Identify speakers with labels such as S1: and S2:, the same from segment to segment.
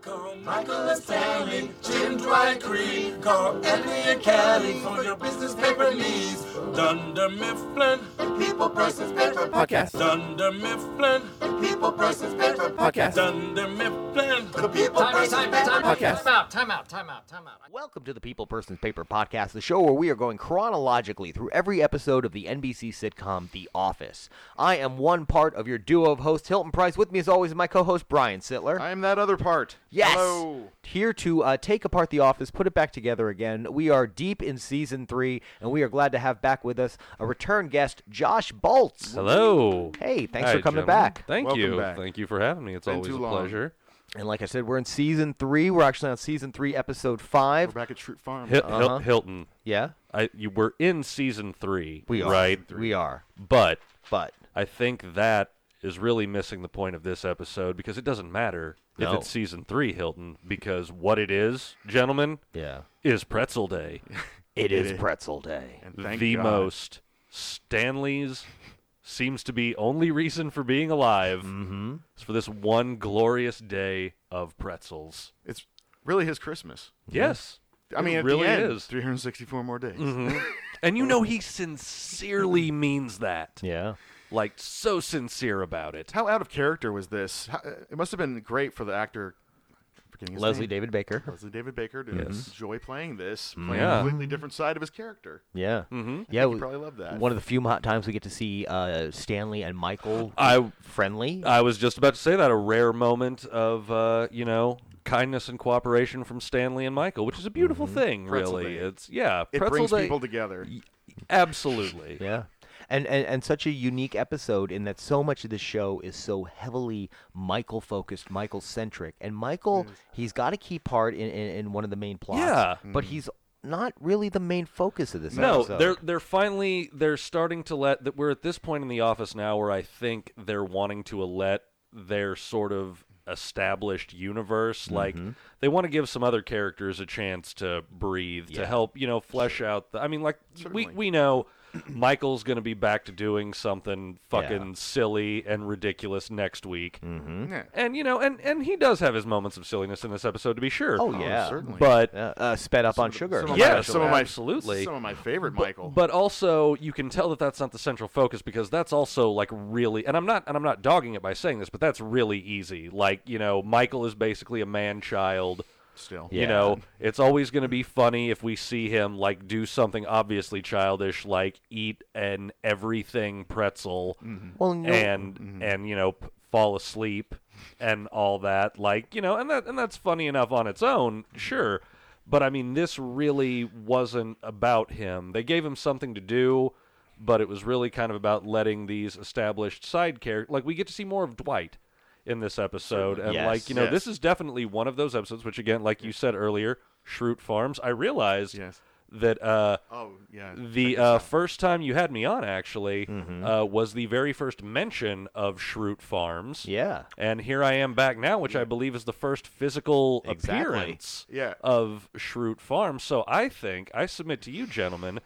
S1: Call Michael and Stanley, Jim Dwight Creed. Call Andy and Kelly for your business paper needs. Dunder Mifflin, people versus paper
S2: Podcast.
S1: Dunder Mifflin, people versus paper
S2: Podcast.
S1: Dunder Mifflin, the people
S3: Time,
S1: versus
S3: time,
S1: paper
S3: time,
S1: Podcast.
S2: Podcast.
S3: time out, time out, time out, time out.
S4: Welcome to the People Persons Paper Podcast, the show where we are going chronologically through every episode of the NBC sitcom The Office. I am one part of your duo of hosts, Hilton Price. With me, as always, is my co host, Brian Sittler.
S5: I am that other part.
S4: yes!
S5: Hello.
S4: Here to uh, take apart The Office, put it back together again. We are deep in season three, and we are glad to have back with us a return guest, Josh Boltz.
S6: Hello.
S4: Hey, thanks
S6: Hi,
S4: for coming
S6: gentlemen.
S4: back.
S6: Thank
S5: Welcome
S6: you.
S5: back.
S6: Thank you for having me. It's
S5: Been
S6: always
S5: too
S6: a
S5: long.
S6: pleasure.
S4: And like I said, we're in season three. We're actually on season three, episode
S5: We're
S4: five.
S5: back at Shroot Farm.
S6: Hil- Hil- Hilton,
S4: Yeah?
S6: I you were in season three.
S4: We are.
S6: right.
S4: We are.
S6: But
S4: But.
S6: I think that is really missing the point of this episode because it doesn't matter
S4: No.
S6: if it's season three, Hilton, because what it is, gentlemen,
S4: Yeah.
S6: is Pretzel Day,
S4: It is pretzel day.
S5: And thank
S6: the
S5: God.
S6: most Stanley's seems to be only reason for being alive
S5: Mm-hmm.
S6: is for this one glorious day of pretzels.
S5: It's really his Christmas.
S6: Yes.
S5: I mean,
S6: it
S5: at
S6: really
S5: the end,
S6: is.
S5: 364 more days.
S6: And you know he sincerely means that.
S4: Yeah.
S6: Like so sincere about it.
S5: How out of character was this? How, uh, it must have been great for the actor. I'm forgetting his
S4: Leslie
S5: name.
S4: David Baker.
S5: Leslie David Baker to enjoy playing this, playing
S6: Yeah.
S5: a completely different side of his character.
S4: Yeah. Yeah.
S5: he
S4: We
S5: probably loved that.
S4: One of the few mo- times we get to see uh, Stanley and Michael
S6: I
S4: friendly.
S6: I was just about to say that a rare moment of uh, you know, kindness and cooperation from Stanley and Michael, which is a beautiful thing,
S5: Mm-hmm. Pretzel
S6: really.
S5: Day.
S6: It's yeah,
S5: It
S6: pretzel
S5: brings
S6: day-
S5: people together.
S6: Absolutely.
S4: yeah. And, and and such a unique episode in that so much of the show is so heavily Michael focused, Michael centric, and Michael he's got a key part in, in, in one of the main plots.
S6: Yeah.
S4: But he's not really the main focus of this.
S6: No,
S4: episode.
S6: they're they're finally they're starting to let that we're at this point in the office now where I think they're wanting to let their sort of established universe
S4: Mm-hmm.
S6: like they want to give some other characters a chance to breathe to help you know flesh out the I mean like we we know Michael's going to be back to doing something fucking silly and ridiculous next week.
S4: Mm-hmm.
S5: Yeah.
S6: And you know and and he does have his moments of silliness in this episode to be sure.
S4: Oh yeah.
S5: certainly.
S6: But
S4: Uh, uh, sped up on sugar.
S5: Some of my-
S6: yeah,
S5: some of my
S6: absolutely.
S5: some of my favorite Michael.
S6: But also, you can tell that that's not the central focus because that's also like really, and I'm not, and I'm not dogging it by saying this, but that's really easy. Like you know, Michael is basically a man child.
S5: still,
S4: Yeah.
S6: You know, it's always going to be funny if we see him like do something obviously childish, like eat an everything pretzel
S4: Well, no,
S6: and
S5: Mm-hmm.
S6: and you know p- fall asleep and all that like you know and that and that's funny enough on its own
S5: Mm-hmm.
S6: sure but i mean this really wasn't about him they gave him something to do but it was really kind of about letting these established side characters like we get to see more of dwight in this episode and
S4: Yes.
S6: like you know
S5: Yes.
S6: this is definitely one of those episodes which again like you said earlier shroot farms i realized
S5: Yes.
S6: that uh
S5: oh yeah,
S6: the uh, first time you had me on actually
S5: Mm-hmm.
S6: uh, was the very first mention of Shroot Farms.
S4: Yeah.
S6: And here I am back now, which I believe is the first physical
S4: Exactly.
S6: appearance
S5: Yeah.
S6: of Shroot Farms. So I think I submit to you, gentlemen,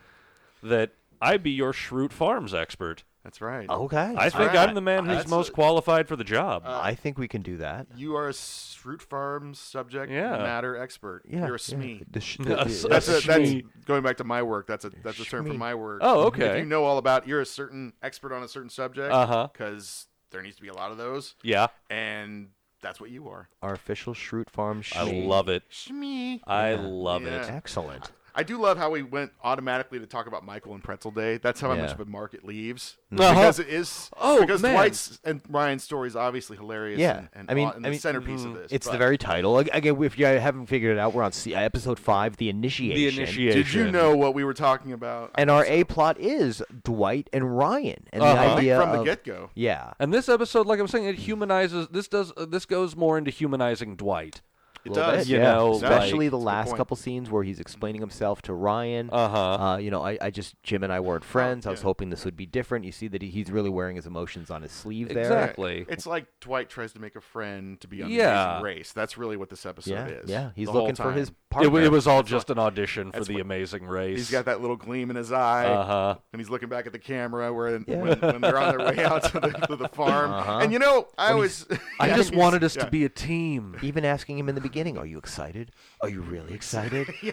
S6: that I be your Shroot Farms expert.
S5: that's right.
S4: Okay.
S6: I think
S5: Hmm. right.
S6: I'm the man who's
S5: That's
S6: most
S5: a- Uh,
S6: qualified for the job.
S4: I think we can do that.
S5: You are a Shroot Farm subject
S6: Yeah.
S5: matter expert.
S4: Yeah,
S5: You're a
S4: yeah.
S5: SME.
S4: The sh-
S6: A
S4: the-
S6: s-
S4: the-
S6: a
S5: That's, a, that's
S6: Shmee.
S5: going back to my work. That's a that's a term for my work.
S6: Oh,
S5: If
S6: okay.
S5: you know all about, you're a certain expert on a certain subject.
S6: Uh-huh.
S5: Because there needs to be a lot of those,
S6: yeah.
S5: and that's what you are.
S4: our official Shroot Farm.
S6: I
S4: Shmee.
S6: love it.
S5: Shmee.
S6: I love it.
S5: Yeah.
S4: Excellent.
S5: I do love how we went automatically to talk about Michael and Pretzel Day. That's how I
S4: Yeah.
S5: much of a market leaves
S6: Uh-huh.
S5: because it is.
S6: Oh,
S5: because
S6: man.
S5: Dwight's and Ryan's story is obviously hilarious.
S4: Yeah.
S5: and, and
S4: I mean-
S5: aw- and
S4: I
S5: the
S4: mean, mm-hmm.
S5: centerpiece
S6: Mm.
S5: of this.
S4: It's the
S5: but-
S4: very title. Ag- Again, if you haven't figured it out, we're on C- episode five, the initiation.
S6: The initiation.
S5: Did you know what we were talking about?
S4: And our A plot is Dwight and Ryan, and the
S6: Uh-huh.
S4: idea
S5: Uh, from the
S4: of-
S5: get-go.
S4: Yeah.
S6: And this episode, like I'm saying, it humanizes. This does. Uh, this goes more into humanizing Dwight.
S5: It
S4: little
S5: does,
S4: bit,
S6: you know,
S4: especially
S5: like-
S4: the
S5: That's a good
S4: last
S5: point.
S4: couple scenes where he's explaining himself to Ryan.
S6: Uh-huh.
S4: Uh, You know, I, I just Jim and I weren't friends. I was
S5: Oh, yeah.
S4: hoping this would be different. You see that he, he's really wearing his emotions on his sleeve there.
S6: Exactly.
S5: It's like Dwight tries to make a friend to be on the
S6: Yeah.
S5: Amazing Race. That's really what this episode
S4: Yeah,
S5: is.
S4: yeah. He's
S5: the whole
S4: looking for
S5: time.
S4: his
S6: It,
S4: partner.
S6: wa- it was all just an audition for
S5: That's
S6: the
S5: what-
S6: Amazing Race.
S5: He's got that little gleam in his eye,
S6: Uh-huh.
S5: and he's looking back at the camera when,
S4: Yeah.
S5: when, when they're on their way out to the, to the farm. And you know, I always,
S6: Uh-huh. I just
S5: he's-
S6: wanted us
S5: yeah.
S6: to be a team.
S4: even asking him in the beginning, "Are you excited? Are you really excited? Are you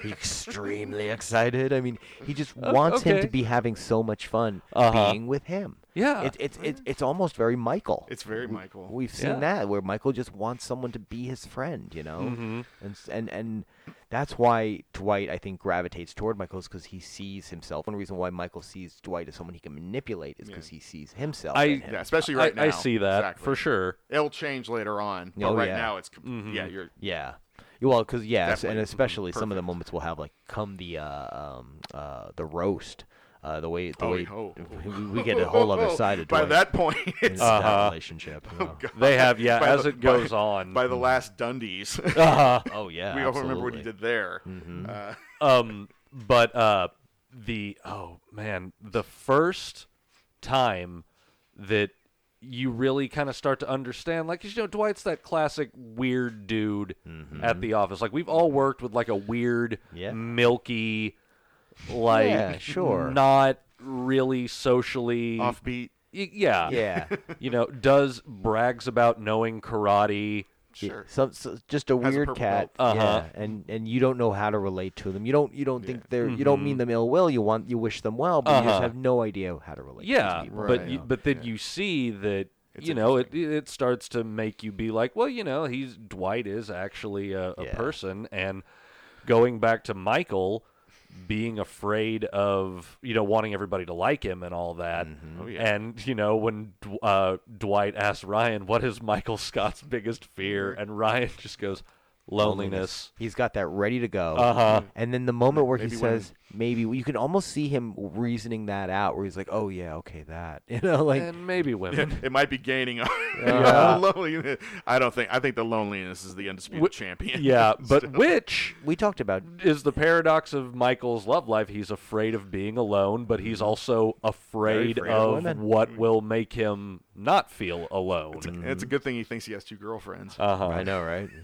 S4: extremely excited?" I mean, he just wants him
S6: Oh, okay.
S4: to be having so much fun
S6: Uh-huh.
S4: being with him.
S6: Yeah.
S4: it's it's it's it's almost very Michael.
S5: It's very Michael.
S4: We've seen
S6: Yeah.
S4: that where Michael just wants someone to be his friend, you know,
S5: Mm-hmm.
S4: and s- and and that's why Dwight I think gravitates toward Michael's because he sees himself. One reason why Michael sees Dwight as someone he can manipulate is because he sees himself.
S6: I-
S4: in him.
S5: yeah, especially
S6: I,
S5: right now.
S6: I see that
S5: Exactly.
S6: for sure. Mm-hmm.
S5: It'll change later on, but
S4: Oh,
S5: right
S4: yeah.
S5: now it's com- yeah. You're
S4: Yeah. Yeah, Well, because yeah, s- and
S5: Definitely. Mhm.
S4: especially some of the moments we'll have like come the uh, um, uh, the roast, uh, the way the
S5: Oh,
S4: way
S5: oh.
S4: we, we get a whole other side of
S5: by
S4: Dwight
S5: that point.
S4: in
S5: It's, Oh,
S4: that relationship. you know.
S6: Uh, They have, yeah,
S5: By
S6: as
S5: the-
S6: it goes on. Mm-hmm.
S5: by the last Dundies, we
S6: uh,
S4: oh yeah,
S5: all remember what he
S4: absolutely.
S5: did there.
S6: Mm-hmm.
S5: Uh,
S6: um, but uh, the, oh, man, the first time that you really kind of start to understand, like, 'cause, you know, Dwight's that classic weird dude at the office. Like, we've all worked with, like, a weird,
S4: Mm-hmm. Yeah.
S6: milky, like,
S4: Yeah, sure.
S6: not really socially
S5: offbeat.
S6: Y- yeah
S4: Yeah.
S6: you know does brags about knowing karate
S4: Yeah,
S5: Sure.
S4: Some, so- just a
S5: Has a
S4: weird
S5: purple
S4: cat.
S6: belt. Uh-huh.
S4: Yeah. And and you don't know how to relate to them. You don't you don't think they're you don't mean them ill will. You want you wish them well, but you just
S6: Mm-hmm. Uh-huh.
S4: have no idea how to relate.
S6: yeah
S4: To these people.
S6: but
S5: Right.
S6: you, but then you see that you know it it starts to make you be like well you know he's dwight is actually a, a
S4: Yeah.
S6: person and going back to michael being afraid of you know wanting everybody to like him and all that
S5: Oh, yeah.
S6: and you know when Dw- uh, dwight asks ryan what is michael scott's biggest fear and ryan just goes loneliness.
S4: He's got that ready to go.
S6: Uh-huh.
S4: And then the moment where he
S5: Mm-hmm. Maybe when-
S4: says, maybe, you can almost see him reasoning that out, where he's like, oh, yeah, okay, that. You know, like,
S6: and maybe women
S5: It might be gaining on
S4: Yeah.
S5: the loneliness. I don't think. I think the loneliness is the undisputed
S6: Wh-
S5: champion.
S6: yeah but which
S4: we talked about,
S6: is the paradox of Michael's love life. He's afraid of being alone, but he's also afraid,
S5: afraid of
S6: of
S4: women.
S6: what will make him not feel alone.
S5: And it's a good thing he thinks he has two girlfriends.
S6: Uh-huh.
S4: I know, right?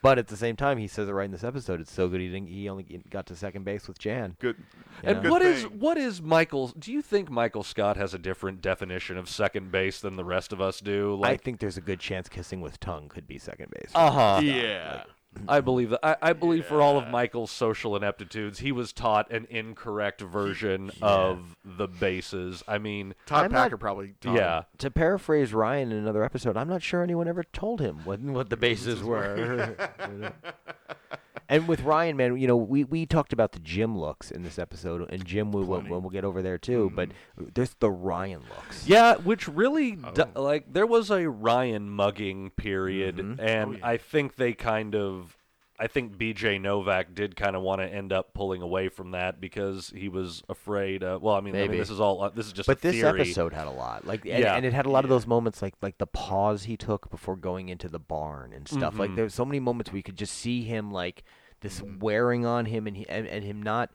S4: But at the same time, he says it right in this episode. It's so good he didn't. He only got to second base with Jan.
S5: Good.
S6: And
S5: Good
S6: what is
S5: thing.
S6: what is Michael's? Do you think Michael Scott has a different definition of second base than the rest of us do?
S4: I
S6: Like,
S4: think there's a good chance kissing with tongue could be second base.
S6: uh huh.
S5: Yeah.
S6: I believe that. I, I believe for all of Michael's social ineptitudes, he was taught an incorrect version of the bases. I mean,
S5: Todd
S4: I'm not-
S5: Packer probably. Todd.
S6: yeah.
S4: to paraphrase Ryan in another episode, I'm not sure anyone ever told him what what the bases were. and with Ryan, man, you know, we, we talked about the Jim looks in this episode, and Jim we will we'll get over there too. But there's the Ryan looks.
S6: Yeah, which really d- like there was a Ryan mugging period, and I think they kind of, I think B.J. Novak did kind of want to end up pulling away from that because he was afraid. Of, well, I mean, I mean,
S4: Maybe.
S6: this is all uh, this is just.
S4: But
S6: a
S4: this
S6: theory.
S4: episode had a lot, like, and,
S6: Yeah.
S4: and it had a lot of those moments, like like the pause he took before going into the barn and stuff.
S6: Mm-hmm.
S4: Like there's so many moments we could just see him like this wearing on him, and he, and, and him not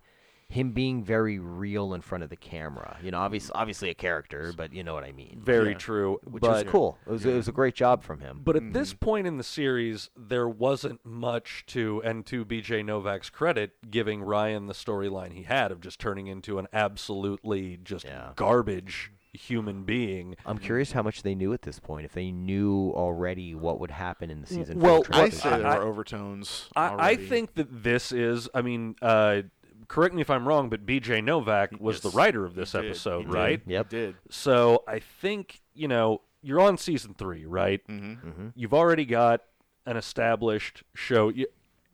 S4: him being very real in front of the camera. You know, obviously obviously a character, but you know what I mean.
S6: very true,
S4: which
S6: Mm-hmm. but
S4: was cool. It was it was a great job from him.
S6: But at this point in the series, there wasn't much to, and to BJ Novak's credit, giving Ryan the storyline he had of just turning into an absolutely just
S4: Yeah.
S6: garbage human being.
S4: I'm curious how much they knew at this point. If they knew already what would happen in the season.
S6: well,
S4: four
S5: I
S4: trailer.
S5: say there
S6: I-
S5: are overtones.
S6: I, I
S5: already.
S6: think that this is. I mean, uh, correct me if I'm wrong, but B.J. Novak was the
S5: Yes,
S6: writer of this
S5: did, he
S6: episode,
S5: did.
S6: right?
S4: Yep.
S5: did.
S6: So I think you know you're on season three, right? Mm-hmm. You've already got an established show. You,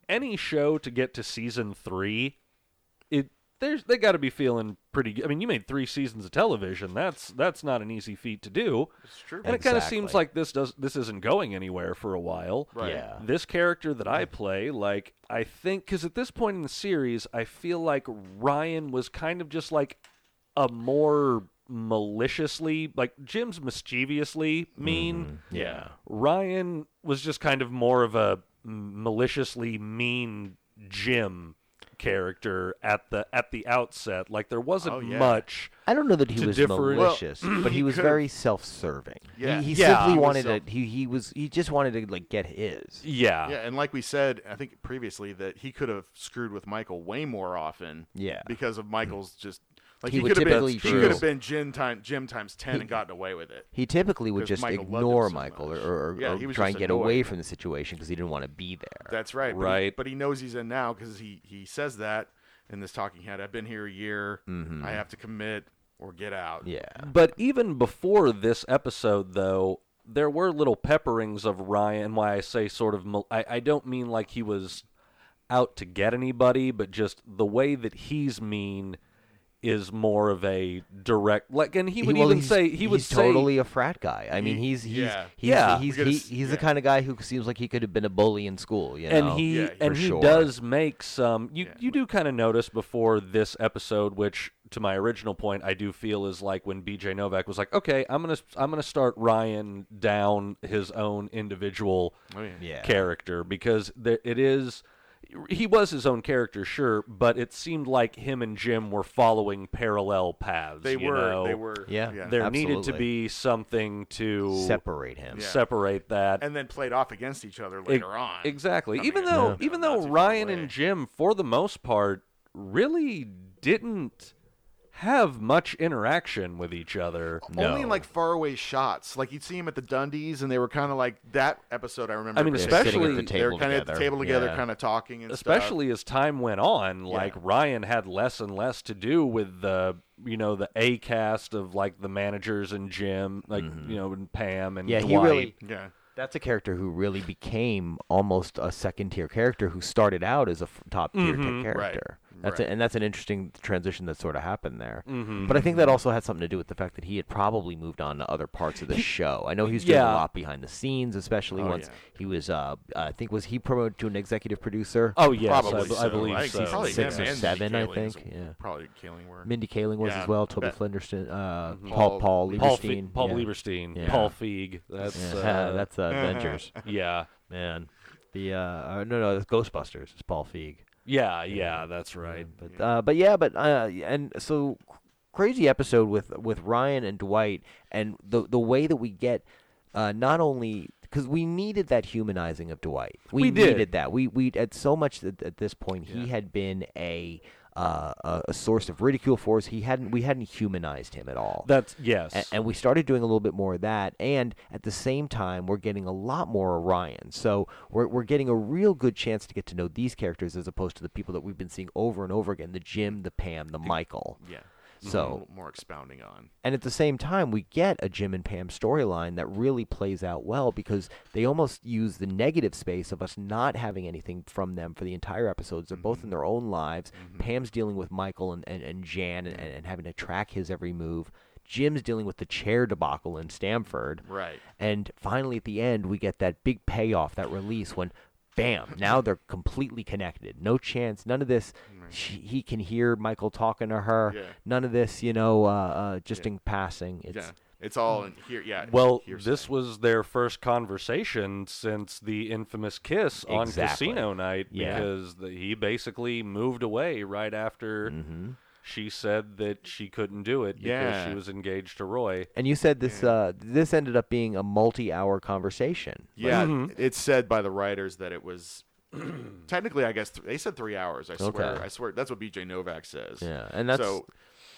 S6: any show to get to season three, it there's they got to be feeling pretty. good. I mean, you made three seasons of television. That's that's not an easy feat to do. It's
S5: true.
S6: And it kind of
S4: Exactly.
S6: seems like this does this isn't going anywhere for a while
S5: Right.
S4: Yeah.
S6: this character that I play, like, I think, because at this point in the series, I feel like Ryan was kind of just like a more maliciously, like,
S4: Mm-hmm.
S6: Jim's mischievously mean.
S5: Yeah.
S6: Ryan was just kind of more of a maliciously mean Jim character at the at the outset. Like there wasn't
S5: Oh, yeah.
S6: much.
S4: I don't know that he
S6: To
S4: was
S6: differ-
S4: malicious, but he was
S5: could've-
S4: very self-serving.
S5: Yeah.
S4: He, he
S6: Yeah,
S4: simply
S6: he was
S4: wanted
S5: self-
S4: to. He, he was. He just wanted to like get his.
S6: Yeah.
S5: Yeah, and like we said, I think previously that he could have screwed with Michael way more often.
S4: Yeah.
S5: because of Michael's just like
S4: He
S5: he,
S4: would
S5: could have been
S4: typically
S5: he
S4: choose-
S5: could have been Jim time Jim times ten and gotten away with it.
S4: He typically would
S5: 'Cause
S4: just
S5: Michael loved him
S4: ignore
S5: so
S4: Michael or,
S5: much.
S4: or,
S5: Yeah,
S4: or
S5: he was
S4: try
S5: just
S4: and get
S5: annoyed.
S4: away from the situation because he didn't want to be there.
S5: That's right. but he-
S6: Right.
S5: But he, knows he's in now because he he says that in this talking head. I've been here a year. I have to commit or get out.
S4: yeah.
S6: But even before this episode, though, there were little pepperings of Ryan. Why I say sort of, mal- I, I don't mean like he was out to get anybody, but just the way that he's mean is more of a direct like and he would
S4: well,
S6: even
S4: he's-
S6: say he would
S4: he's
S6: say
S4: totally a frat guy. I mean, he's he's
S5: yeah.
S4: he's
S6: Yeah.
S4: he's,
S5: We gotta
S4: he-
S5: s-
S4: he's the
S5: yeah.
S4: kind of guy who seems like he could have been a bully in school. You know?
S6: and he
S5: Yeah,
S6: and
S4: for
S6: he
S4: sure.
S6: does make some you
S5: Yeah.
S6: you do kind of notice before this episode which to my original point I do feel is like when BJ Novak was like okay I'm going to I'm going to start Ryan down his own individual
S5: Oh, yeah.
S4: yeah.
S6: character because there, it is he was his own character sure but it seemed like him and Jim were following parallel paths
S5: They
S6: you
S5: were.
S6: know?
S5: They were.
S4: Yeah.
S6: there needed to
S4: Absolutely.
S6: be something to
S4: separate him.
S6: separate that
S5: And then played off against each other
S6: Ex-
S5: later on.
S6: Exactly.
S5: I
S6: even
S5: mean,
S6: though
S5: no,
S6: even
S5: not
S6: though
S5: too far
S6: Ryan
S5: away.
S6: and Jim for the most part really didn't have much interaction with each other.
S5: Only in like faraway shots. Like you'd see him at the Dundies, and they were kind of like that episode. I remember.
S6: I mean,
S5: they-
S4: They're sitting
S6: especially-
S4: at the
S5: they were
S4: table
S5: kind of at the table together,
S4: Yeah.
S5: kind of talking, and stuff.
S6: especially as time went on, like Ryan had less and less to do with the you know the A cast of like the managers and Jim, like you know and Pam
S4: Mm-hmm.
S6: and
S4: Yeah, he
S6: Dwight.
S4: really.
S5: Yeah.
S4: That's a character who really became almost a second tier character who started out as a f- top tier character. That's a, and that's an interesting transition that sort of happened there. But I think that also had something to do with the fact that he had probably moved on to other parts of the show. I know he was doing
S6: yeah.
S4: a lot behind the scenes, especially once
S5: yeah.
S4: he was. Uh, I think was he promoted to an executive producer?
S6: Oh yes, I,
S5: Probably.
S6: b- I
S5: so.
S6: believe
S5: I think
S6: so.
S5: he's probably
S4: Six
S5: him
S4: or
S5: and
S4: seven, I
S5: Kaling's-
S4: think, yeah.
S5: Probably Kaling were.
S4: Mindy Kaling was
S5: Yeah,
S4: as well. Toby
S5: that-
S4: Flinderstein, uh, Paul
S5: Paul-
S4: Paul
S6: Paul,
S4: Lieberstein,
S6: Fe- Paul
S4: yeah.
S6: Lieberstein,
S4: Yeah.
S6: Paul Feig. That's
S4: Yeah,
S6: uh,
S4: that's uh, Avengers,
S6: yeah.
S4: man. The uh, uh, no no, it's Ghostbusters. It's Paul Feig.
S6: Yeah, yeah, that's right.
S4: But uh, but yeah, but uh, and so c- crazy episode with with Ryan and Dwight, and the the way that we get uh, not only because we needed that humanizing of Dwight, we,
S6: We did.
S4: needed that. We we at so much that at this point he had been a. Uh, a, a source of ridicule for us. He hadn't. We hadn't humanized him at all.
S6: That's yes.
S4: A- and we started doing a little bit more of that. And at the same time, we're getting a lot more Orion. So we're, we're getting a real good chance to get to know these characters as opposed to the people that we've been seeing over and over again the Jim, the Pam, the Michael.
S5: Yeah. Mm-hmm.
S4: So-
S5: A little more expounding on.
S4: And at the same time, we get a Jim and Pam storyline that really plays out well because they almost use the negative space of us not having anything from them for the entire episodes. They're both
S5: Mm-hmm.
S4: in their own lives. Pam's dealing with Michael and, and, and Jan and, and, and having to track his every move. Jim's dealing with the chair debacle in Stamford.
S5: Right.
S4: And finally, at the end, we get that big payoff, that release when, bam, now they're completely connected. No chance, none of this. She, he can hear Michael talking to her.
S5: Yeah.
S4: None of this, you know, uh, uh, just in passing. It's,
S5: yeah. It's all in here. Yeah.
S6: well,
S5: hearsay.
S6: this was their first conversation since the infamous kiss on
S4: Exactly.
S6: Casino Night
S4: Yeah.
S6: because the, he basically moved away right after
S4: Mm-hmm.
S6: she said that she couldn't do it because
S5: Yeah.
S6: she was engaged to Roy.
S4: And you said this. Uh, this ended up being a multi-hour conversation.
S5: Yeah,
S6: Mm-hmm.
S5: it's said by the writers that it was technically, I guess th- they said three hours. I swear,
S4: Okay.
S5: I swear that's what BJ Novak says.
S4: Yeah, and that's
S5: so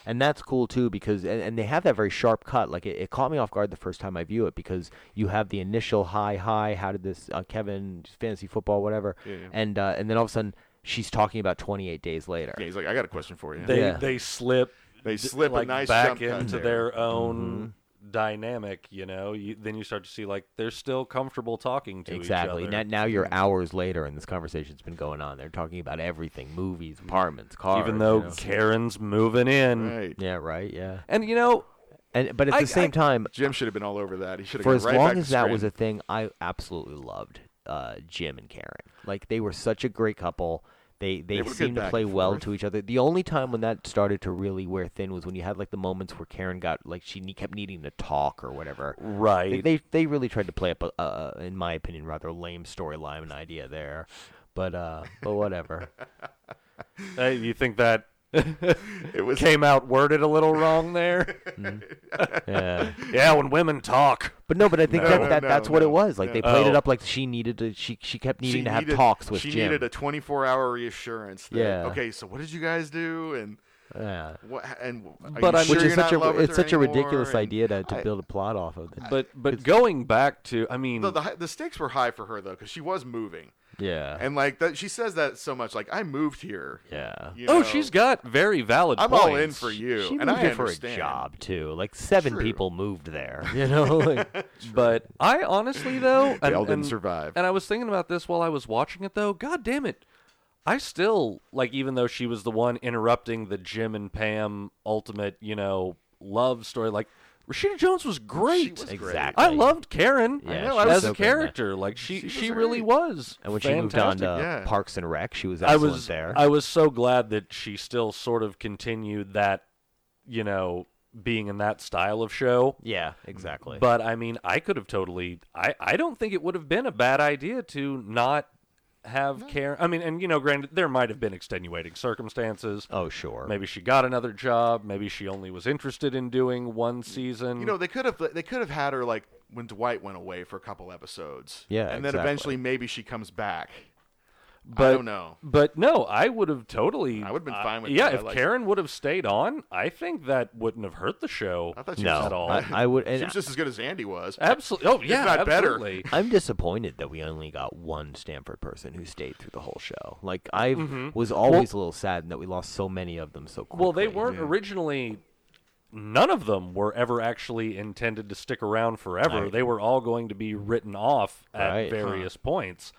S4: and that's cool too because and, and they have that very sharp cut. Like it, it caught me off guard the first time I view it because you have the initial high, high. How did this uh, Kevin fantasy football whatever?
S5: yeah.
S4: And uh, and then all of a sudden she's talking about 28 days later.
S5: yeah, he's like, I got a question for you.
S6: They
S4: Yeah.
S6: they slip
S5: They
S6: d-
S5: slip a
S6: like,
S5: nice
S6: back
S5: jump cut
S6: into
S5: there.
S6: their own
S4: Mm-hmm.
S6: dynamic. You know, you, then you start to see like they're still comfortable talking to
S4: Exactly.
S6: each other.
S4: Now, now you're hours later, and this conversation's been going on. They're talking about everything: movies, apartments, cars.
S6: even
S4: you
S6: though
S4: know.
S6: Karen's moving in,
S5: right.
S4: yeah, right, yeah.
S6: and you know,
S4: And but at the
S6: I-
S4: same
S6: I-
S4: time,
S5: Jim should have been all over that. He should have
S4: for
S5: gone
S4: as
S5: right back
S4: long
S5: to
S4: as that was a
S5: screen.
S4: thing, I absolutely loved uh, Jim and Karen. Like they were such a great couple. They they,
S5: were good
S4: seem to
S5: back
S4: play
S5: and
S4: well
S5: forth.
S4: to each other. The only time when that started to really wear thin was when you had like the moments where Karen got like she ne- kept needing to talk or whatever.
S6: Right.
S4: They they, they really tried to play up a, a, in my opinion, rather lame storyline and idea there. But uh, but whatever.
S6: Hey, Uh, you think that
S5: It was
S6: came out worded a little wrong there?
S4: Yeah.
S6: yeah, when women talk.
S4: But no, but I think
S5: No,
S4: that, that
S5: no,
S4: that's what it
S5: no,
S4: was. Like they
S6: no.
S4: played it
S6: Oh.
S4: up like she needed to. She she kept needing
S5: she
S4: to have
S5: needed-
S4: talks with
S5: she
S4: Jim.
S5: needed a 24 hour reassurance that,
S4: Yeah.
S5: okay so what did you guys do and
S4: yeah.
S5: what and are
S6: But
S5: you
S6: I'm-
S5: sure
S4: Which
S5: you're
S4: is
S5: not
S4: such
S5: in love
S4: a
S5: with
S4: it's
S5: her
S4: such a ridiculous
S5: anymore?" And
S4: idea to, to
S5: I-
S4: build a plot off of.
S6: But but going back to, I mean,
S5: the, the hi- the stakes were high for her though because she was moving
S4: yeah.
S5: and like that she says that so much like i moved here
S4: yeah.
S5: you
S6: oh,
S5: know?
S6: she's got very valid.
S5: i'm all in
S6: points.
S5: for you
S4: She
S5: and
S4: moved
S5: i
S4: here for a
S5: understand.
S4: job too. Like seven
S5: True.
S4: people moved there. You know. Like,
S6: But I honestly though,
S5: They
S6: and,
S5: all didn't
S6: and-
S5: survive.
S6: And I was thinking about this while I was watching it though. God damn it! I still like, even though she was the one interrupting the Jim and Pam ultimate, you know, love story. Like Rashida Jones was great.
S5: was great.
S4: exactly.
S6: I loved Karen.
S4: Yeah, know, she I was
S6: as
S4: so
S6: a
S4: good in that.
S6: character. Like she,
S5: She
S6: she,
S5: was
S6: really
S5: great.
S6: was.
S4: And when she moved on
S6: fantastic.
S4: to
S5: yeah.
S4: Parks and Rec, she was
S6: I
S4: excellent
S6: was
S4: there.
S6: I was so glad that she still sort of continued that, you know, being in that style of show.
S4: yeah, exactly.
S6: But I mean, I could have totally. I I don't think it would have been a bad idea to not have Karen. I mean, and you know, granted, there might have been extenuating circumstances.
S4: oh sure.
S6: Maybe she got another job. Maybe she only was interested in doing one season.
S5: you know they could have they could have had her like when dwight went away for a couple episodes
S4: Yeah,
S5: and then
S4: exactly.
S5: eventually maybe she comes back
S6: but
S5: i don't know
S6: But no, I would have totally.
S5: I would've been
S6: uh,
S5: fine with
S6: Yeah,
S5: that. I
S6: if
S5: like-
S6: Karen would have stayed on, I think that wouldn't have hurt the show.
S5: i thought she
S4: no,
S5: was
S6: at all.
S4: I, I would.
S5: she
S4: And
S5: was just as good as andy was
S6: Absolutely. Oh yeah,
S5: not better.
S6: absolutely.
S4: I'm disappointed that we only got one Stanford person who stayed through the whole show. Like I
S5: Mm-hmm.
S4: was always a little saddened that we lost so many of them so quickly.
S6: Well, they weren't originally. None of them were ever actually intended to stick around forever.
S4: Right.
S6: They were all going to be written off at
S4: Right.
S6: various points.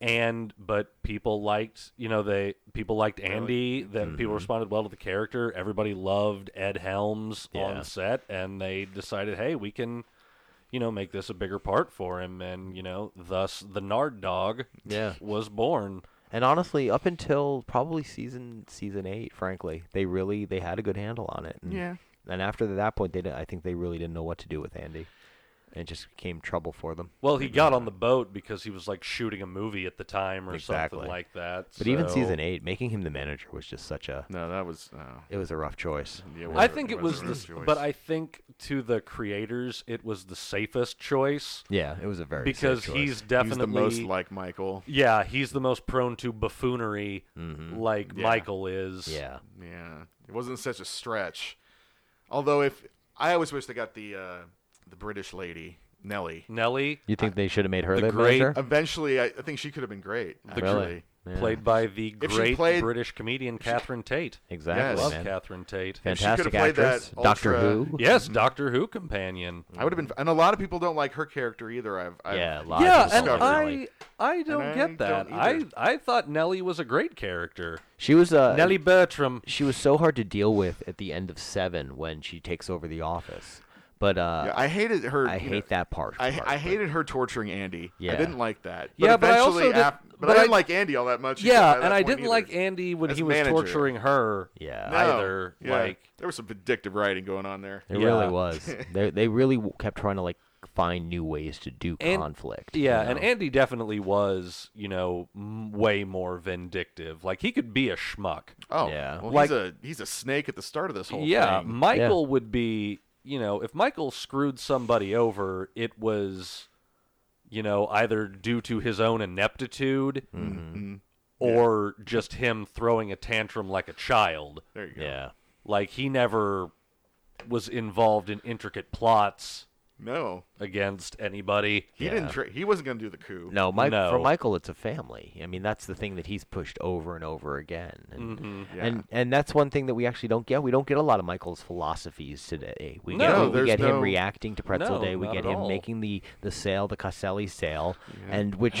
S6: And but people liked, you know, they people liked Andy. That
S4: mm-hmm.
S6: people responded well to the character. Everybody loved Ed Helms
S4: Yeah.
S6: on set, and they decided, hey, we can, you know, make this a bigger part for him. And you know, thus the Nard Dog,
S4: Yeah.
S6: was born.
S4: And honestly, up until probably season season eight, frankly, they really they had a good handle on it. And,
S5: Yeah.
S4: And after that point, they did, I think they really didn't know what to do with Andy, and it just became trouble for them.
S6: Well, he got on the boat because he was like shooting a movie at the time or
S4: Exactly.
S6: something like that.
S4: But even
S6: so-
S4: season eight, making him the manager was just such a
S5: no that was no.
S4: it was a rough choice.
S6: I
S5: Yeah, wasn't-
S6: think it was,
S5: wasn't
S6: the,
S5: her choice.
S6: but I think to the creators, it was the safest choice
S4: Yeah, it was a very safe
S6: because
S4: choice.
S6: he's
S5: He was
S6: definitely
S5: the most like michael
S6: yeah, he's the most prone to buffoonery, like Michael is.
S4: Mm-hmm. yeah
S5: Yeah, it wasn't such a stretch. Although, if I always wish they got the uh, the British lady Nellie.
S6: Nellie,
S4: you think they should have made her
S6: the
S4: the
S6: great-
S4: manager?
S5: Eventually, I, I think she could have been great. actually.
S4: Really? Yeah.
S6: played by the
S5: If she
S6: great
S5: played-
S6: British comedian Catherine Tate. I
S4: Exactly,
S5: Yes.
S6: love
S4: man.
S6: Catherine Tate.
S5: she could've
S4: Fantastic
S5: played that
S4: actress, Doctor
S5: ultra-
S4: Who.
S6: Yes, Doctor Who companion.
S5: I would have been, and a lot of people don't like her character either. I've, I've
S4: Yeah, lots
S6: Yeah,
S4: of
S6: and
S4: people
S5: discovered.
S4: don't like-
S6: I I don't
S5: I
S6: get that.
S5: don't
S6: I
S5: either.
S6: I thought Nellie was a great character.
S4: she was uh,
S6: Nellie Bertram.
S4: she was so hard to deal with at the end of seven when she takes over the office. But uh,
S5: Yeah, I hated her.
S4: I
S5: you
S4: hate
S5: know,
S4: that part.
S5: I,
S4: part,
S5: I
S4: but-
S5: hated her torturing Andy.
S4: Yeah.
S5: I didn't like that.
S6: Yeah, but I also
S5: eventually
S6: didn't-
S5: af- but,
S6: but
S5: I didn't
S6: I-
S5: like Andy all that much. by
S6: Yeah,
S5: that
S6: and I
S5: point
S6: didn't
S5: either.
S6: like Andy when
S5: As
S6: he was
S5: manager.
S6: torturing her.
S4: Yeah.
S5: No.
S6: either.
S5: Yeah.
S6: Like
S5: there was some vindictive writing going on there.
S4: It
S6: Yeah.
S4: really was. they they really w- kept trying to like find new ways to do
S6: And-
S4: conflict. you
S6: yeah, and
S4: know?
S6: Andy definitely was, you know, m- way more vindictive. Like he could be a schmuck.
S5: Oh,
S4: Yeah.
S5: Well,
S6: Like-
S5: he's a he's a snake at the start of this whole
S6: Yeah,
S5: thing.
S6: Michael would be, you know, if Michael screwed somebody over, it was, you know, either due to his own ineptitude
S5: Mm-hmm.
S6: or just him throwing a tantrum like a child.
S5: There you go.
S4: yeah.
S6: Like he never was involved in intricate plots
S5: No,
S6: against anybody.
S5: he didn't. Tra- he wasn't going to do the coup.
S4: No, Mike, for
S6: No.
S4: Michael, it's a family. I mean, that's the thing that he's pushed over and over again, and
S6: Mm-hmm.
S5: Yeah.
S4: and, and that's one thing that we actually don't get. We don't get a lot of Michael's philosophies today. We
S6: No,
S4: get, we, we
S5: there's
S4: get him
S5: no-
S4: reacting to Pretzel
S6: No,
S4: Day. We
S6: not
S4: get
S6: at
S4: him
S6: all.
S4: making the the sale, the Caselli sale, and which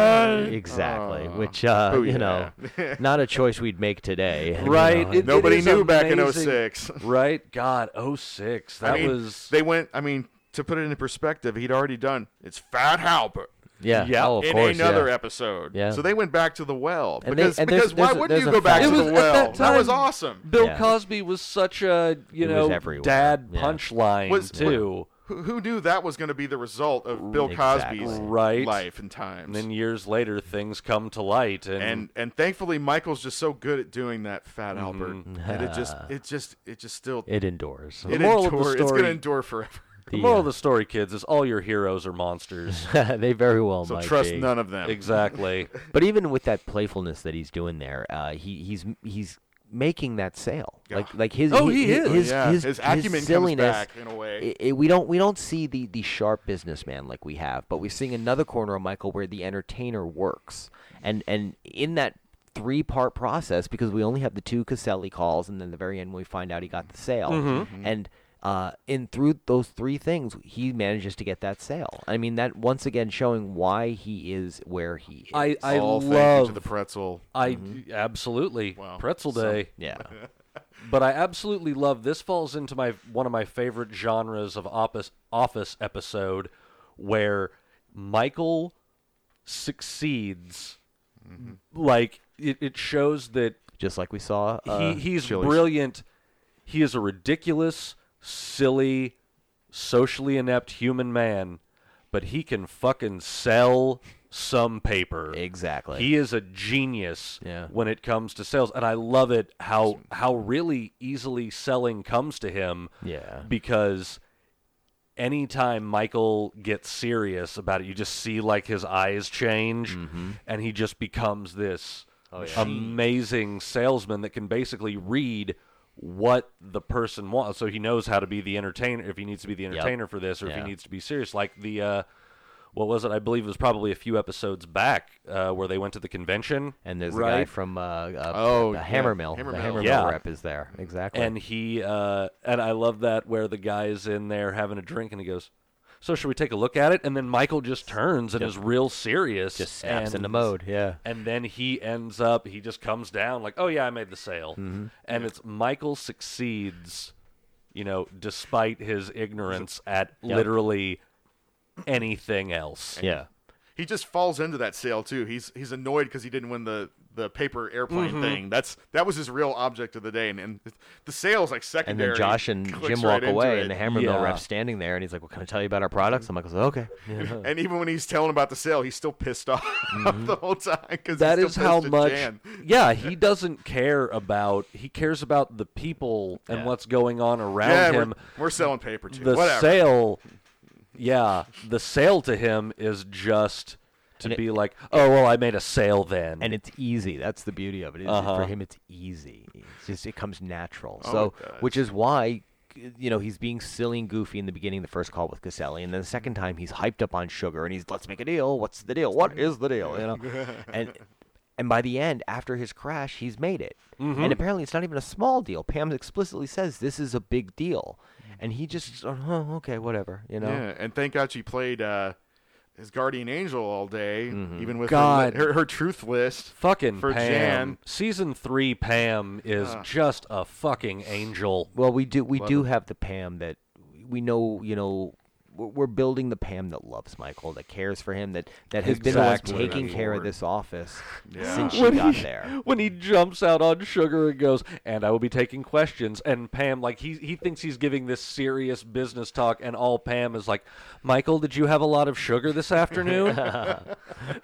S4: exactly,
S5: Aw.
S4: which uh,
S5: Oh,
S4: you know,
S5: yeah.
S4: not a choice we'd make today. you
S6: Right,
S4: know.
S6: it-
S5: Nobody
S6: is
S5: knew back in
S6: amazing.
S5: 06.
S6: Right? God, 06. That
S5: I mean,
S6: was
S5: They went. I mean, to put it into perspective, he'd already done. It's Fat Halbert.
S2: Yeah.
S6: Yeah.
S2: Oh, of
S5: in
S2: course.
S5: another
S2: yeah.
S5: episode.
S2: Yeah.
S5: So they went back to the well
S2: And they-
S5: because
S2: and there's-
S5: because why
S2: there's a-
S5: wouldn't you
S2: there's
S5: go
S2: a
S5: back
S2: fact.
S5: to
S2: It was
S5: the well?
S2: at that
S5: was
S6: time-
S5: awesome.
S6: Bill
S2: Yeah.
S6: Cosby was such a you
S2: He was
S6: know
S2: everywhere.
S6: dad
S2: Yeah.
S6: punchline
S5: Was-
S6: too.
S5: Who, who knew that was going to be the result of Bill
S2: Mm, Exactly.
S5: Cosby's
S6: Right.
S5: life and times?
S6: And then years later, things come to light, and,
S5: and and thankfully Michael's just so good at doing that Fat Albert that it just it just it just still
S2: It
S5: it,
S2: endures.
S6: moral of the
S5: endure- it's gonna
S6: story-
S5: endure forever.
S6: the moral of the story, kids, is all your heroes are monsters.
S2: they very well
S5: So
S2: might
S5: trust
S2: be.
S5: none of them.
S6: exactly.
S4: But even with that playfulness that he's doing there, uh, he he's he's making that sale. Like like his
S6: Oh, he
S4: his,
S6: is.
S4: his,
S5: Yeah,
S4: his,
S5: his acumen comes
S4: silliness.
S5: back in a way.
S4: i- i- we don't we don't see the the sharp businessman like we have, but we're seeing another corner of Michael where the entertainer works, and and in that three part process because we only have the two Caselli calls, and then the very end we find out he got the sale,
S6: Mm-hmm.
S5: Mm-hmm.
S4: and. Uh, in through those three things, he manages to get that sale. I mean, that once again showing why he is where he is.
S6: I I
S5: All thank you
S6: love
S5: to the pretzel.
S6: I Mm-hmm. absolutely
S5: Wow.
S6: pretzel day.
S4: yeah.
S6: but I absolutely love this falls into my one of my favorite genres of office office episode where Michael succeeds
S5: Mm-hmm.
S6: like it, it shows that
S4: just like we saw.
S6: he,
S4: Uh,
S6: he's
S5: Chili's.
S6: brilliant he is a ridiculous silly socially inept human man but he can fucking sell some paper
S4: exactly.
S6: he is a genius
S4: Yeah.
S6: when it comes to sales, and I love it how how really easily selling comes to him.
S4: Yeah.
S6: because anytime Michael gets serious about it, you just see like his eyes change,
S4: Mm-hmm.
S6: and he just becomes this
S4: Oh,
S6: amazing salesman that can basically read what the person wants. So he knows how to be the entertainer if he needs to be the entertainer for this, or if
S4: Yeah.
S6: he needs to be serious, like the. Uh, what was it? I believe it was probably a few episodes back uh, where they went to the convention.
S4: and there's a guy
S6: right?
S4: from uh, uh,
S5: Oh,
S4: the
S5: yeah,
S4: Hammer Mill.
S5: Hammer
S4: the
S5: Mill.
S4: Hammer
S6: Yeah.
S4: Mill rep is there. Exactly.
S6: and he uh, and I love that where the guy's in there having a drink and he goes, "So should we take a look at it?" And then Michael just turns and is real serious,
S4: just snaps
S6: and,
S4: into mode. Yeah.
S6: And then he ends up he just comes down like, "Oh yeah, I made the sale,"
S4: Mm-hmm.
S6: and it's Michael succeeds, you know, despite his ignorance at literally anything else.
S4: Yeah.
S5: He just falls into that sale too. He's he's annoyed because he didn't win the the paper airplane thing. That's that was his real object of the day, and, and the sale's like
S4: And
S5: secondary.
S4: then Josh and
S5: Clicks
S4: Jim
S5: right
S4: walk
S5: into
S4: away,
S5: it.
S4: and the Hammer
S6: Yeah.
S4: Mill rep's standing there, and he's like, "Well, can I tell you about our products?" And Michael's like, "Okay."
S5: And even when he's telling about the sale, he's still pissed off the whole time because
S6: That
S5: he's
S6: is
S5: still
S6: how
S5: pissed at
S6: much.
S5: Jan.
S6: Yeah, he doesn't care about. He cares about the people and what's going on around
S5: Yeah, we're,
S6: him.
S5: we're selling paper too.
S6: The
S5: Whatever.
S6: sale. Yeah, the sale to him is just to be like, oh well, I made a sale then.
S4: And it's easy. That's the beauty of it. It's- For him, it's easy. It's just it comes natural. so, which is why, you know, he's being silly and goofy in the beginning, the first call with Caselli, and then the second time he's hyped up on sugar, and he's let's make a deal. What's the deal? What is the deal? You know, and and by the end, after his crash, he's made it. And apparently, it's not even a small deal. Pam explicitly says this is a big deal, and he just oh, okay, whatever. You know,
S5: Yeah, and thank God she played uh, his guardian angel all day,
S4: Mm-hmm.
S5: even with her
S6: God.
S5: li- her, her, truth list.
S6: fucking
S5: for
S6: Pam.
S5: Jan.
S6: Season three, Pam is just a fucking angel.
S4: Well, we do we do have the Pam that we know. You know, we're, we're building the Pam that loves Michael, that cares for him, that that has been the
S6: Exactly.
S4: one taking care of
S5: Forward.
S4: this office
S5: Yeah.
S4: since she
S6: When
S4: got
S6: he-
S4: there.
S6: When he jumps out on sugar and goes, and I will be taking questions. And Pam, like, he, he thinks he's giving this serious business talk, and all Pam is like, Michael, did you have a lot of sugar this afternoon?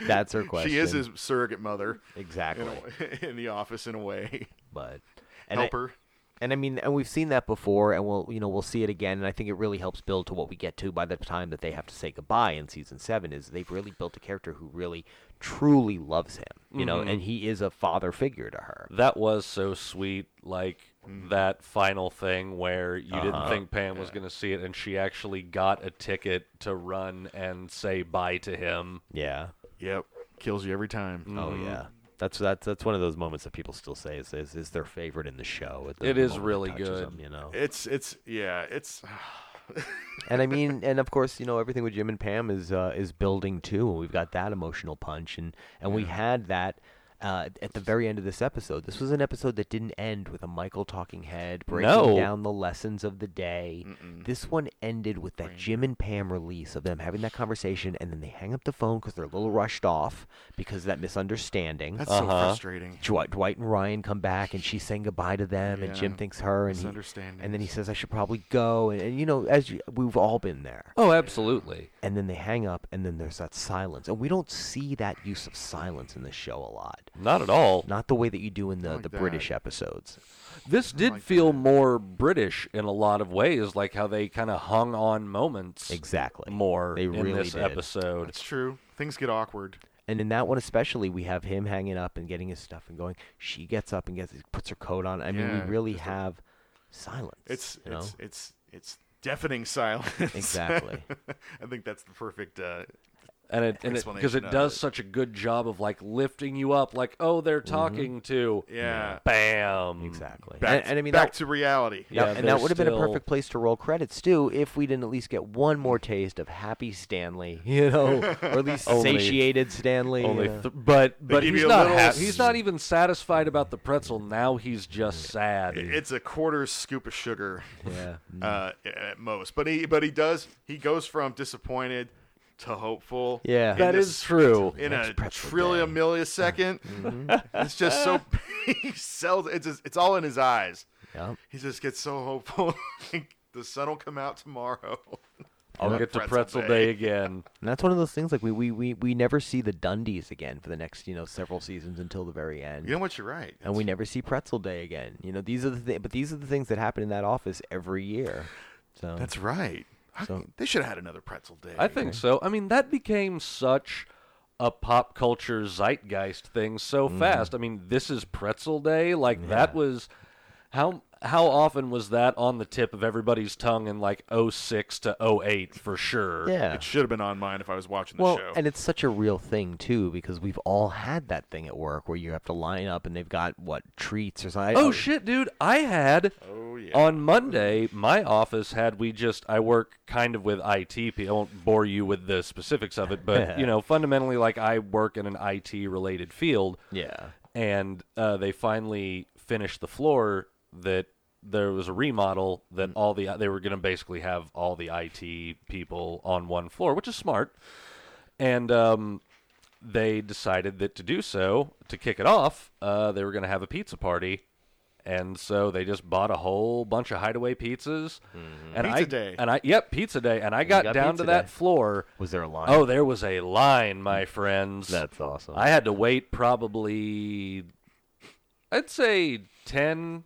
S4: That's her question.
S5: She is his surrogate mother in,
S4: exactly,
S5: a, in the office in a way.
S4: but and I-
S5: Help her.
S4: and I mean, and we've seen that before, and we'll you know we'll see it again. And I think it really helps build to what we get to by the time that they have to say goodbye in season seven. Is they've really built a character who really, truly loves him, you know, and he is a father figure to her.
S6: that was so sweet. Like,
S5: Mm-hmm.
S6: that final thing where you didn't think Pam was going to see it, and she actually got a ticket to run and say bye to him.
S4: Yeah.
S5: Yep, kills you every time.
S4: Oh
S6: Mm-hmm.
S4: yeah, that's that's that's one of those moments that people still say is is, is their favorite in the show. at the
S6: It is
S4: moment that
S6: really
S4: touches
S6: good.
S4: 'em, you know.
S5: It's it's yeah it's ah,
S4: and I mean, and of course, you know, everything with Jim and Pam is uh, is building too, and we've got that emotional punch, and and we had that. uh, at the very end of this episode. This was an episode that didn't end with a Michael talking head breaking
S6: No.
S4: down the lessons of the day. This one ended with that Jim and Pam release of them having that conversation, and then they hang up the phone because they're a little rushed off because of that misunderstanding.
S5: That's so
S6: Uh-huh.
S5: frustrating.
S4: Dwight, Dwight and Ryan come back, and she's saying goodbye to them, and Jim
S5: Yeah.
S4: thinks her, and he,
S5: Misunderstandings.
S4: and then he says, "I should probably go," and, and you know, as you, we've all been there.
S6: Oh, absolutely.
S4: And then they hang up, and then there's that silence, and we don't see that use of silence in the show a lot,
S6: Not at all.
S4: not the way that you do in the
S5: like
S4: the
S5: that.
S4: British episodes.
S6: This did feel more British in a lot of ways, like how they kind of hung on moments
S4: Exactly.
S6: more
S4: They
S6: in
S4: really
S6: this
S4: did.
S6: episode.
S5: That's true. Things get awkward.
S4: And in that one especially, we have him hanging up and getting his stuff and going. She gets up and gets puts her coat on. I mean,
S5: Yeah,
S4: we really have silence.
S5: It's
S4: you know?
S5: it's it's it's deafening silence.
S4: Exactly.
S5: I think that's the perfect. Uh,
S6: and it and it because it
S5: Explanation of
S6: does
S5: it.
S6: such a good job of like lifting you up, like oh they're talking to,
S5: yeah.
S6: bam,
S4: exactly.
S5: Back,
S4: and, and I mean,
S5: back
S4: that,
S5: to reality.
S4: Yeah,
S6: Yeah,
S4: and
S6: they're
S4: that would have been a
S6: still-
S4: perfect place to roll credits too, if we didn't at least get one more taste of Happy Stanley, you know, or at least
S6: Only-
S4: satiated Stanley. you
S6: Only
S4: know.
S6: th- but but
S5: give
S6: he's
S5: you a
S6: not
S5: little
S6: hap-
S5: s-
S6: he's not even satisfied about the pretzel. Now he's just sad.
S5: It's a quarter scoop of sugar.
S4: yeah.
S5: uh, at most. But he but he does he goes from disappointed to hopeful.
S4: Yeah.
S5: in
S6: That
S5: this-
S6: is true.
S5: In
S4: Next
S5: a
S4: pretzel
S5: trillion millisecond, it's just so he sells. It's just, it's all in his eyes.
S4: Yep.
S5: He just gets so hopeful. Like, the sun will come out tomorrow.
S6: I'll get to pretzel
S5: Pretzel Day.
S6: day again.
S4: And that's one of those things like we, we, we, we never see the Dundies again for the next, you know, several seasons until the very end.
S5: You know what? You're right.
S4: And we never see Pretzel Day again. You know, these are the thi- but these are the things that happen in that office every year. So
S5: That's right. How
S4: So-
S5: can- they should have had another pretzel day.
S6: I think so. I mean, that became such a pop culture zeitgeist thing so fast. I mean, this is pretzel day. Like that was how how often was that on the tip of everybody's tongue in like 06 to 08 for sure.
S4: yeah.
S5: it should have been on mine if I was watching the
S4: Well,
S5: show.
S4: and it's such a real thing too because we've all had that thing at work where you have to line up and they've got what treats or something.
S6: Oh shit, dude! I had on Monday. My office had we just I work kind of with IT. people. I won't bore you with the specifics of it, but you know, fundamentally, like I work in an IT related field.
S4: Yeah.
S6: and uh, they finally finished the floor that there was a remodel that all the they were going to basically have all the IT people on one floor, which is smart. And um, they decided that to do so, to kick it off, uh, they were going to have a pizza party. And so they just bought a whole bunch of hideaway pizzas, and
S5: Pizza
S6: I
S5: day.
S6: and I yep pizza day, and I got,
S4: Mm-hmm. got
S6: down
S4: pizza
S6: to that
S4: day.
S6: floor.
S4: Was there a line?
S6: Oh, there was a line, my friends.
S4: That's awesome.
S6: I had to wait probably, I'd say 10.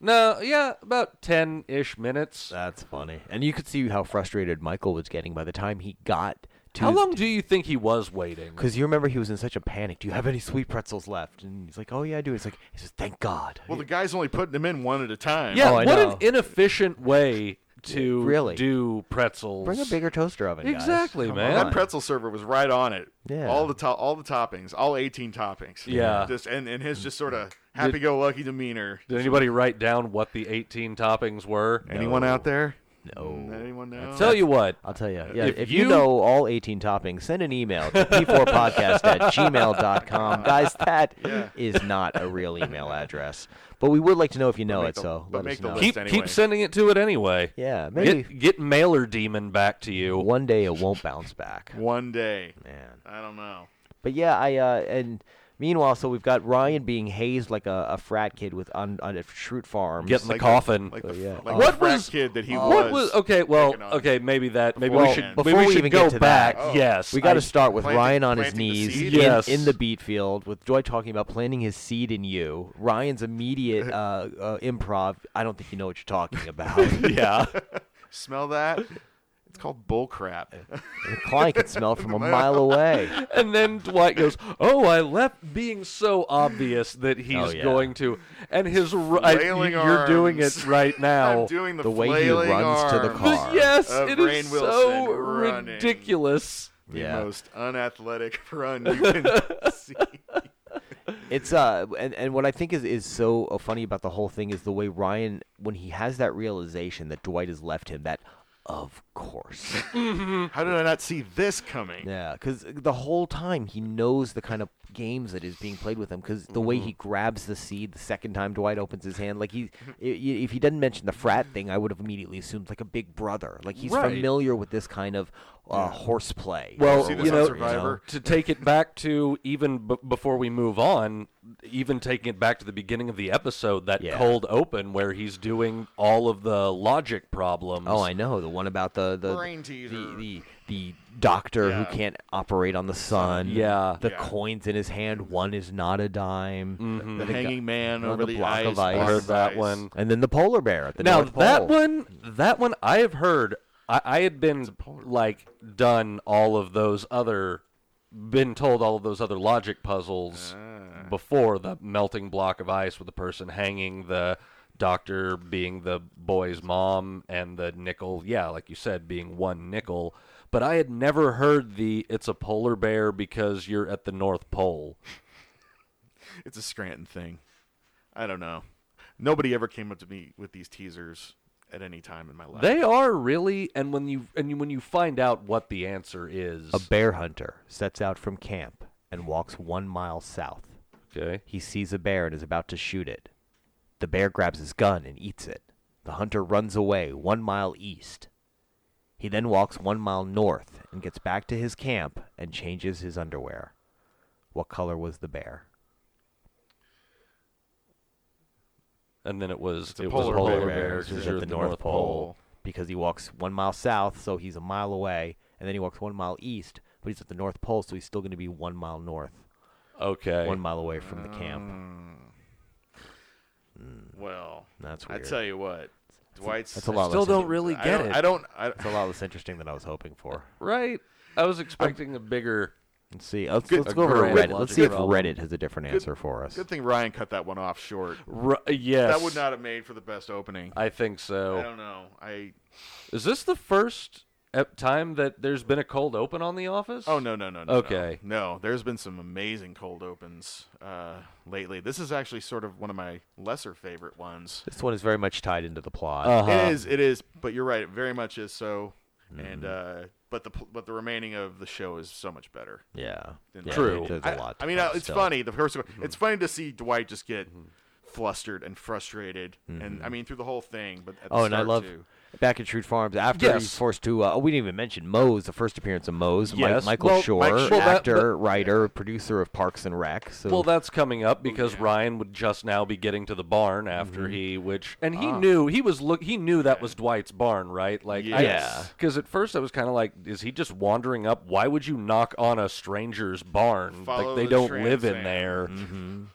S6: No, yeah, about 10 ish minutes.
S4: That's funny. And you could see how frustrated Michael was getting by the time he got to.
S6: How long do you think he was waiting?
S4: Because you remember he was in such a panic. Do you have any sweet pretzels left? And he's like, "Oh yeah, I do." It's like he says, "Thank God."
S5: well, the guy's only putting them in one at a time.
S6: Yeah,
S4: Oh, I
S6: what an
S4: know.
S6: inefficient way to
S4: really.
S6: do pretzels.
S4: Bring a bigger toaster oven, guys.
S6: Exactly,
S4: Come
S6: man.
S4: on.
S5: That pretzel server was right on it.
S4: Yeah.
S5: All the to- all the toppings, all 18 toppings.
S6: Yeah.
S5: Just and, and his just sort of happy-go-lucky demeanor.
S6: Did anybody write down what the 18 toppings were?
S5: Anyone out there?
S4: No.
S5: Anyone know?
S6: Tell you what,
S4: oh, I'll tell you. Yeah, if,
S6: If
S4: you,
S6: you-
S4: know all 18 toppings, send an email to p4podcast at gmail.com. Guys, that is not a real email address. But we would like to know if you know
S5: make
S4: it,
S5: the-
S4: so
S5: but
S4: let
S5: make
S4: us
S5: the
S4: know.
S5: list.
S6: keep
S5: anyway.
S6: keep sending it to it anyway.
S4: Yeah, maybe
S6: Get, get Mailer Demon back to you.
S4: one day it won't bounce back.
S5: One day.
S4: Man.
S5: I don't know.
S4: But yeah, I uh, and meanwhile, so we've got Ryan being hazed like a, a frat kid with on, on a Shroot Farm.
S6: Get in the
S5: Like the-
S6: coffin.
S5: Like the,
S4: yeah.
S5: like
S6: What
S5: the frat
S6: was-
S5: kid that he
S6: What
S5: was.
S6: was
S4: oh.
S6: okay? Well,
S5: picking on.
S6: okay, maybe that. Maybe
S4: Well,
S6: we should.
S4: before
S6: maybe
S4: we
S6: we should
S4: even
S6: go
S4: get to that-
S6: back.
S4: Oh.
S6: Yes,
S4: We got
S6: I-
S4: to start with
S5: planting-
S4: Ryan on his
S5: planting the
S4: knees
S5: seed?
S4: in,
S6: Yes.
S4: in the beat field with Joy talking about planting his seed in you. Ryan's immediate uh, uh, improv. I don't think you know what you're talking about. and
S6: Yeah,
S5: Smell that? It's called bull crap.
S4: the client can smell it from a mile away.
S6: and then Dwight goes, "Oh, I left being so obvious that he's
S4: Oh, yeah.
S6: going to." And his r- I-
S5: Flailing
S6: you're doing it
S5: arms.
S6: right now.
S5: I'm doing the,
S4: the way he
S5: flailing
S4: runs to the
S5: arms.
S6: But
S4: car.
S6: yes,
S5: Uh,
S6: it
S5: Rainn
S6: is
S5: Wilson
S6: so
S5: running.
S6: ridiculous.
S5: The
S4: Yeah.
S5: most unathletic run you can see.
S4: It's uh, and, and what I think is is so uh, funny about the whole thing is the way Ryan, when he has that realization that Dwight has left him, that of course,
S5: How did I not see this coming?
S4: yeah, because the whole time he knows the kind of games that is being played with him because the
S6: Mm-hmm.
S4: way he grabs the seed the second time Dwight opens his hand, like he, i- i- if he didn't mention the frat thing, I would have immediately assumed like a big brother. Like he's
S6: Right.
S4: familiar with this kind of uh, horseplay.
S6: Well,
S5: See this
S6: you
S5: on
S6: know,
S5: Survivor?
S6: to take it back to even b- before we move on, even taking it back to the beginning of the episode, that
S4: Yeah.
S6: cold open where he's doing all of the logic problems.
S4: Oh, I know the one about the the
S5: Brain
S4: the,
S5: teaser.
S4: the the doctor
S5: Yeah.
S4: who can't operate on the sun.
S6: Yeah.
S4: the
S5: Yeah.
S4: coins in his hand. One is not a dime,
S5: The hanging man
S4: on
S5: over
S4: the
S5: the,
S4: block
S5: ice.
S4: of ice.
S6: I
S5: block
S6: heard
S5: of
S6: that
S5: ice.
S6: one.
S4: and then the polar bear at the
S6: now
S4: North
S6: that
S4: Pole.
S6: one, that one I have heard. I, I had been like done all of those other, been told all of those other logic puzzles
S4: Ah.
S6: before the melting block of ice with the person hanging, the doctor being the boy's mom, and the nickel. Yeah, like you said, being one nickel. But I had never heard the "it's a polar bear because you're at the North Pole."
S5: It's a Scranton thing. I don't know. Nobody ever came up to me with these teasers at any time in my life.
S6: They are really, and when you and you, when you find out what the answer is,
S4: A bear hunter sets out from camp and walks one mile south.
S6: okay.
S4: He sees a bear and is about to shoot it. The bear grabs his gun and eats it. The hunter runs away one mile east. He then walks one mile north and gets back to his camp and changes his underwear. What color was the bear?
S6: and then it was
S5: a
S6: it was
S5: polar
S6: polar
S5: bear
S6: bears
S5: because
S6: because
S5: you're
S6: you're at the North Pole.
S4: Because he walks one mile south, so he's a mile away, and then he walks one mile east, but he's at the North Pole, so he's still going to be one mile north,
S6: Okay.
S4: one mile away from the camp.
S5: well,
S4: That's
S5: I
S4: weird.
S5: tell you what, Dwight's.
S4: that's a lot
S6: Still
S4: less
S6: don't
S4: inter-
S6: really
S5: I
S6: get
S5: don't-
S6: it.
S5: I don't. I,
S4: It's a lot less interesting than I was hoping for.
S6: Right. I was expecting a bigger.
S4: Let's see. Let's,
S5: Good-
S4: let's
S5: a
S4: go over to
S6: grand
S4: Reddit. Let's see if
S6: logical
S4: Reddit has a different answer for us.
S5: good thing Ryan cut that one off short.
S6: R- uh, yes.
S5: That would not have made for the best opening.
S6: I think
S5: I
S6: so.
S5: don't know. I.
S6: Is this the first ep- time that there's been a cold open on the office?
S5: Oh no no no no.
S6: Okay.
S5: No, No, there's been some amazing cold opens uh, lately. This is actually sort of one of my lesser favorite ones.
S4: This one is very much tied into the plot.
S5: It is. It is. But you're right. It very much is so. And
S4: Mm-hmm.
S5: uh, but the pl- but the remaining of the show is so much better.
S4: yeah. Yeah,
S5: than that.
S6: True.
S4: There's
S5: I,
S4: a lot
S5: I
S4: to
S5: mean,
S4: cut
S5: uh, it's
S4: still. Mm-hmm.
S5: funny. The first, it's funny to see Dwight just get flustered and frustrated, and I mean through the whole thing. But at the
S4: Mm-hmm. Oh, and I
S5: start,
S4: love
S5: too.
S4: back at Shrewd Farms after he's
S6: Yes.
S4: forced to. Uh, oh, we didn't even mention Moe's, the first appearance of Moe's. Mi-
S6: Yes.
S4: Michael
S6: Well, Mike
S4: Shore,
S6: Shore. Well, that-
S4: actor,
S6: but-
S4: writer, producer of Parks and Rec. So
S6: Well, that's coming up because Ryan would just now be getting to the barn after he, which, Ah. and he knew he was look, he knew that was Dwight's barn, right? Like,
S5: Yeah.
S6: Because at first I was kind of like, is he just wandering up? Why would you knock on a stranger's barn?
S5: Follow
S6: like they
S5: the
S6: don't
S5: Trans
S6: live in
S5: Am.
S6: there.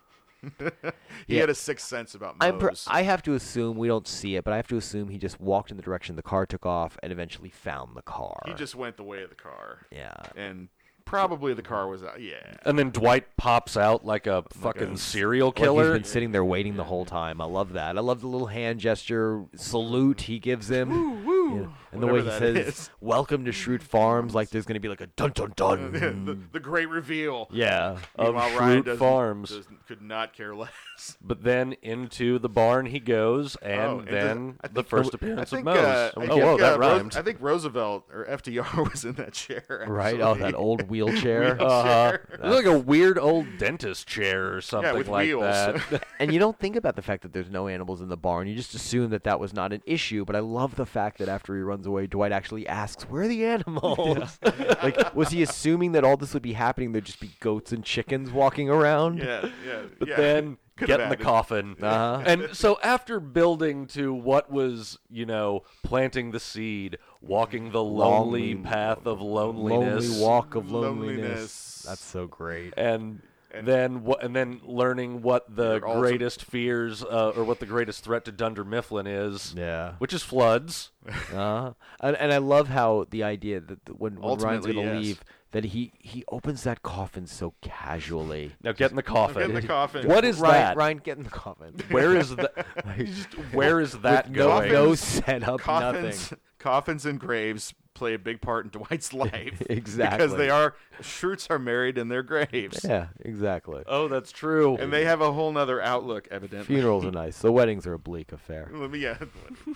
S5: he had a sixth sense about
S4: I'm per-
S5: Moe's.
S4: I have to assume we don't see it, but I have to assume he just walked in the direction the car took off and eventually found the car.
S5: he just went the way of the car,
S4: yeah.
S5: and probably the car was out. Yeah,
S6: And then Dwight pops out like a fucking serial
S4: Like
S6: killer.
S4: he's been sitting there waiting the whole time. I love that. I love the little hand gesture salute he gives him. You know, and the way he
S5: Whatever that
S4: says,
S5: is.
S4: Welcome to Shrewd Farms, like there's going to be like a dun dun dun.
S5: the, the great reveal.
S4: Mm-hmm. yeah.
S6: of
S5: Meanwhile, Ryan
S6: Shrewd
S5: doesn't-
S6: Farms.
S5: doesn't- could not care less.
S6: But then into the barn he goes, and
S5: Oh, and
S6: then
S5: does- I
S6: the
S5: think-
S6: first
S5: I
S6: appearance
S5: think,
S6: of Mose.
S5: uh, I
S6: oh,
S5: think,
S6: whoa, that
S5: uh, Rose-
S6: rhymed.
S5: I think Roosevelt or FDR was in that chair.
S4: Right? Oh,
S5: actually.
S4: that old wheelchair.
S6: Uh-huh. It was like a weird old dentist chair or something
S5: with
S6: like
S5: wheels.
S6: that.
S4: and you don't think about the fact that there's no animals in the barn. You just assume that that was not an issue. But I love the fact that after he runs away, Dwight actually asks, "Where are the animals?" like, was he assuming that all this would be happening? There'd just be goats and chickens walking around.
S5: Yeah, yeah.
S6: But
S5: yeah.
S6: then
S5: Could
S6: get
S5: have
S6: in the
S5: added.
S6: coffin.
S4: Uh-huh.
S6: And so after building to what was, you know, planting the seed, walking the lonely
S4: Lonely-
S6: path of loneliness,
S4: Lonely walk of loneliness.
S5: Loneliness.
S4: That's so great.
S6: and then what and then learning what the
S5: You're also-
S6: greatest fears uh, or what the greatest threat to Dunder Mifflin is
S4: Yeah.
S6: which is floods
S4: Uh, and, and I love how the idea that th- when, when Ryan's
S5: Ultimately,
S4: going to
S5: yes.
S4: leave, that he he opens that coffin so casually.
S6: now get in the coffin
S5: Get in the coffin.
S6: what is
S4: Ryan,
S6: that
S4: Ryan, get in the coffin.
S6: where is that where is that
S4: With no,
S6: going
S4: no setup,
S5: coffins,
S4: nothing.
S5: coffins and graves play a big part in Dwight's life. Because
S4: Exactly.
S5: they are Schroots are married in their graves.
S4: Yeah, exactly.
S6: oh that's true
S5: And they have a whole nother outlook, evidently.
S4: Funerals are nice. The weddings are a bleak affair.
S5: Let me yeah.
S4: man.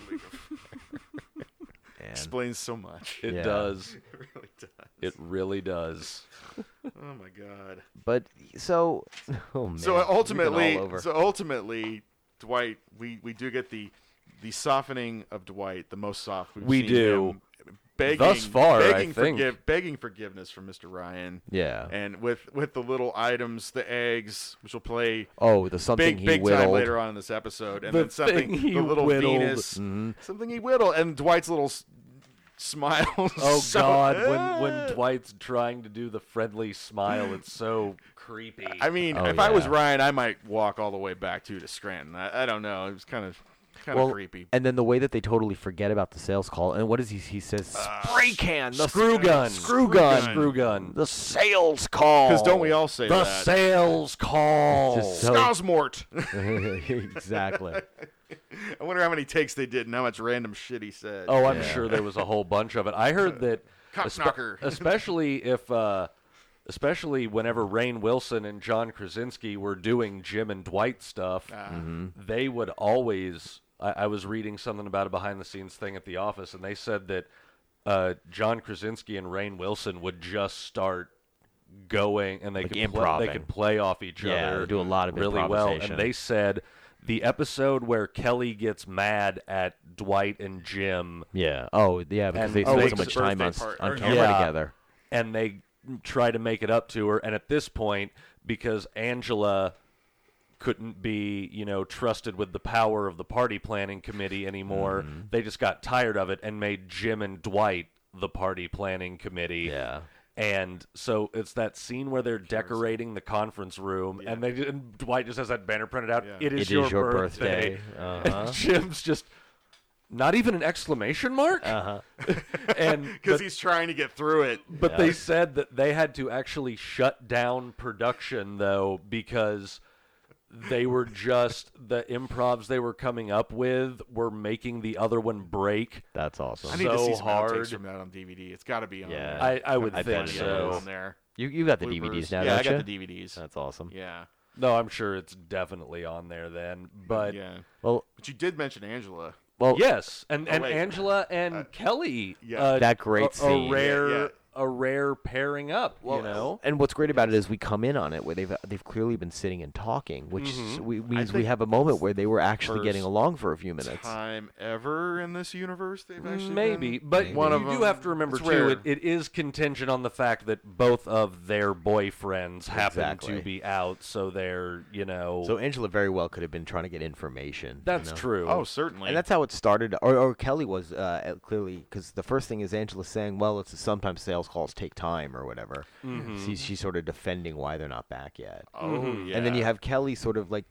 S5: explains so much.
S6: it
S4: Yeah.
S6: does
S5: It really does.
S6: it really does
S5: Oh my god.
S4: But so, oh man.
S5: so
S4: we've been
S5: ultimately,
S4: all over.
S5: so ultimately, Dwight, we we do get the the softening of Dwight, the most soft we've
S6: We
S5: seen
S6: do.
S5: him, Begging,
S6: Thus far, I
S5: begging
S6: think.
S5: forgive- begging forgiveness from Mr. Ryan,
S4: yeah.
S5: and with with the little items, the eggs, which will play
S4: Oh, the something
S5: big
S4: he
S5: big
S4: whittled.
S5: time later on in this episode, and
S6: The
S5: then something
S6: thing he
S5: the little
S6: whittled. Mm-hmm.
S5: Venus, something he whittled, and Dwight's little s- smile.
S6: Oh
S5: so-
S6: God! When when Dwight's trying to do the friendly smile, it's so creepy.
S5: I mean,
S4: Oh,
S5: if I was
S4: yeah.
S5: Ryan, I might walk all the way back to to Scranton. I, I don't know. It was kind of kind
S4: Well,
S5: of creepy.
S4: And then the way that they totally forget about the sales call. And what is he? He says, spray can, the
S6: screw gun,
S4: Screw gun.
S6: screw gun.
S4: The sales call.
S5: Because don't we all say
S6: The
S5: that?
S6: sales call.
S4: Just so-
S5: Scosmort.
S4: exactly.
S5: I wonder how many takes they did and how much random shit he said.
S6: Oh, I'm
S4: Yeah.
S6: sure there was a whole bunch of it. I heard that,
S5: Cock
S6: espe-
S5: knocker.
S6: especially if, uh, especially whenever Rain Wilson and John Krasinski were doing Jim and Dwight stuff,
S5: Ah.
S6: they would always. I, I was reading something about a behind the scenes thing at the office, and they said that uh, John Krasinski and Rain Wilson would just start going, and they
S4: Like
S6: could play, they
S4: improving.
S6: could play off each
S4: Yeah,
S6: other.
S4: they do a lot of
S6: really well,
S4: improvisation.
S6: and they said. The episode where Kelly gets mad at Dwight and Jim
S4: Yeah. Oh, yeah. Because
S6: And-
S4: they
S6: oh,
S4: spend
S6: it's
S4: so
S6: the
S4: much time
S5: birthday
S4: on, s-
S5: part-
S4: on
S5: or-
S4: camera
S6: yeah.
S4: together.
S6: and they try to make it up to her. And at this point, because Angela couldn't be, you know, trusted with the power of the party planning committee anymore, they just got tired of it and made Jim and Dwight the party planning committee.
S4: Yeah.
S6: And so it's that scene where they're decorating the conference room, and they and Dwight just has that banner printed out.
S5: Yeah.
S6: It is
S4: It is
S6: your,
S4: your
S6: birthday.
S4: birthday. Uh,
S6: And Jim's just not even an exclamation mark. Uh huh. and
S5: because
S6: but-
S5: he's trying to get through it.
S6: but they said that they had to actually shut down production though because they were just the improvs they were coming up with were making the other one break.
S4: That's awesome.
S5: I need to
S6: So
S5: see some
S6: hard.
S5: outtakes from that on DVD. It's got to be on.
S4: Yeah.
S5: there.
S6: I, I would
S4: I
S6: think
S4: bet it is.
S6: so.
S5: on there.
S4: you you got the
S5: Bloopers.
S4: DVDs now,
S5: Yeah, I
S4: don't Uh,
S5: got
S4: you?
S5: the DVDs.
S4: That's awesome.
S5: yeah,
S6: No, I'm sure it's definitely on there then. But Oh,
S5: yeah.
S4: Well,
S5: But you did mention Angela.
S4: well,
S6: yes, and, and
S5: Oh, wait. Uh,
S6: Angela and Kelly,
S5: yeah.
S6: uh,
S4: That great
S6: a- a,
S4: scene.
S6: rare
S5: Yeah.
S6: a rare pairing up. you know,
S4: And what's great about it is we come in on it where they've they've clearly been sitting and talking, which s- we, means we
S5: Mm-hmm. think
S4: have a moment where they were actually getting
S5: first
S4: along for a few minutes.
S5: Time ever in this universe they've actually
S6: Maybe,
S5: been?
S6: but
S5: one
S6: you
S5: of them.
S6: do have to remember
S5: It's
S6: too.
S5: rare.
S6: It, it is contingent on the fact that both of their boyfriends happen
S4: Exactly.
S6: to be out, so they're you know
S4: So Angela very well could have been trying to get information. you
S6: that's
S4: know?
S6: true.
S5: oh, certainly.
S4: And that's how it started, or, or Kelly was uh, uh, clearly because the first thing is Angela saying, "Well, it's sometimes sales calls take time or whatever."
S6: Mm-hmm.
S4: She's, she's sort of defending why they're not back yet,
S5: oh, yeah.
S4: Mm-hmm. and then you have Kelly sort of like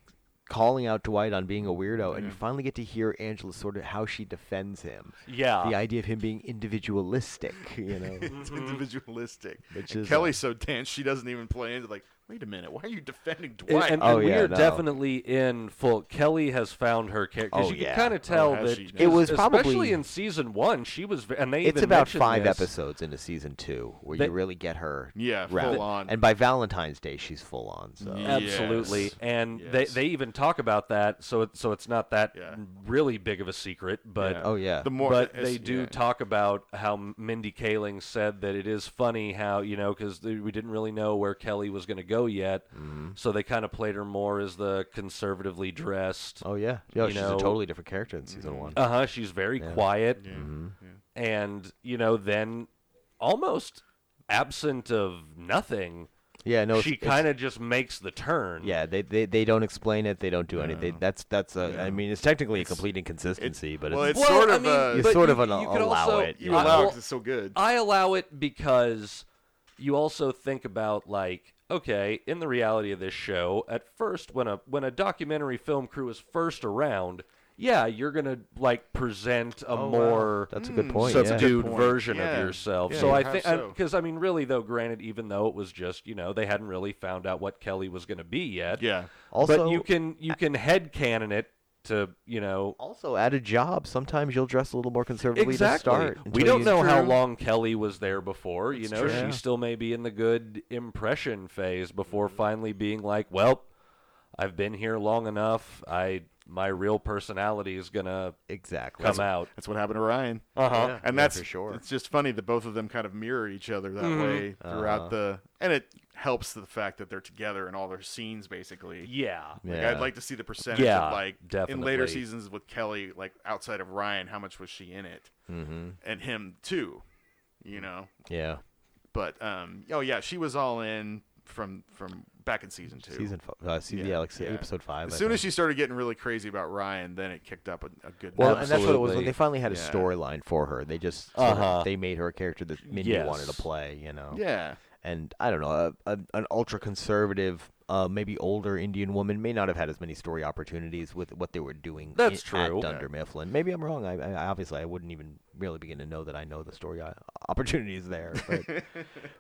S4: calling out Dwight on being a weirdo, and you
S6: Mm-hmm.
S4: finally get to hear Angela sort of how she defends him.
S6: yeah,
S4: the idea of him being individualistic, you know.
S5: It's
S6: Mm-hmm.
S5: individualistic.
S4: Which
S5: and
S4: is, uh,
S5: Kelly's so dense she doesn't even play into like, wait a minute, why are you defending
S6: And,
S5: Dwight?
S6: and-
S4: Oh,
S6: and we
S4: yeah,
S6: are
S4: no.
S6: definitely in full. Kelly has found her character.
S4: Oh,
S6: you
S4: yeah.
S6: can kind of tell
S5: has
S6: that
S5: she now?
S4: It was
S6: especially
S4: probably-
S6: in season one. She was, ve- and they
S4: it's
S6: even
S4: about
S6: mentioned
S4: five
S6: this.
S4: episodes into season two where
S6: They-
S4: you really get her.
S5: Yeah,
S4: wrapped.
S5: full on.
S4: And by Valentine's Day, she's full on. So
S6: Absolutely,
S5: Yes.
S6: and
S5: Yes.
S6: they, they even talk about that. So it, so it's not that
S5: Yeah.
S6: really big of a secret, but
S4: oh, yeah.
S5: The more
S6: but
S5: it's-
S6: they do
S5: yeah.
S6: talk about how M- Mindy Kaling said that it is funny how you know because we didn't really know where Kelly was going to go yet,
S4: Mm-hmm.
S6: so they kind of played her more as the conservatively dressed.
S4: oh yeah, yeah.
S6: You
S4: she's
S6: know-
S4: a totally different character in season one.
S6: Uh huh. She's very quiet,
S4: Mm-hmm.
S6: and you know then almost absent of nothing.
S4: yeah, no.
S6: she kind of just makes the turn.
S4: Yeah, they, they they don't explain it. They don't do anything. That's that's a. I mean, it's technically a complete inconsistency, but
S5: well,
S4: it's,
S5: it's- sort of a-
S4: You
S6: but
S4: sort of an-
S6: could
S4: allow
S6: also-
S4: it,
S5: you
S4: Yeah.
S5: allow it
S6: Well,
S5: 'cause it's so good.
S6: I allow it because you also think about like okay, in the reality of this show, at first when a when a documentary film crew is first around, yeah, you're going to like present a more
S4: that's a good point.
S5: so it's Oh, a
S4: yeah.
S5: good-
S6: subdued
S5: point.
S6: version
S5: Yeah.
S6: of yourself.
S5: Yeah,
S6: so
S5: you
S6: I
S5: have
S6: think
S5: so.
S6: because I mean really though granted even though it was just, you know, they hadn't really found out what Kelly was going to be yet.
S5: yeah.
S4: Also-
S6: but you can you can head canon it to, you know,
S4: Also, at a job, sometimes you'll dress a little more conservatively to start.
S6: we
S4: until
S6: don't
S4: you-
S6: know how
S5: True.
S6: long Kelly was there before. you know,
S5: true.
S6: she
S5: Yeah.
S6: still may be in the good
S4: Mm-hmm.
S6: impression phase before finally being like, "Well, I've been here long enough. I my real personality is gonna
S4: Exactly.
S6: come out.
S5: That's what happened to Ryan.
S6: Uh-huh.
S4: Yeah,
S5: and
S4: yeah,
S5: that's
S4: for sure.
S5: It's just funny that both of them kind of mirror each other that
S6: Mm-hmm.
S5: way throughout
S4: Uh-huh.
S5: the, and it helps the fact that they're together in all their scenes basically.
S6: Yeah.
S5: Like,
S4: Yeah.
S5: I'd like to see the percentage
S6: Yeah,
S5: of like in later
S6: definitely.
S5: seasons with Kelly, like outside of Ryan, how much was she in it, mm-hmm. and him too,
S4: Mm.
S5: you know.
S4: yeah.
S5: But um, oh yeah, she was all in from from back in season two.
S4: Season five, uh, season, yeah. like se- episode five.
S5: As
S4: I
S5: soon as
S4: think.
S5: she started getting really crazy about Ryan, then it kicked up a, a good.
S4: well,
S5: notch.
S4: and that's what it was. When
S6: Absolutely.
S4: they finally had a
S5: Yeah.
S4: storyline for her. They just sort of-
S6: Uh-huh.
S4: they made her a character that Mindy wanted to
S6: Yes.
S4: play. You know.
S5: yeah,
S4: and I don't know, a, a, an ultra conservative, uh, maybe older Indian woman may not have had as many story opportunities with what they were doing.
S6: That's
S4: in-
S6: true.
S4: At Dunder Mifflin, maybe I'm wrong. I, I obviously I wouldn't even really begin to know that I know the story o- opportunities there.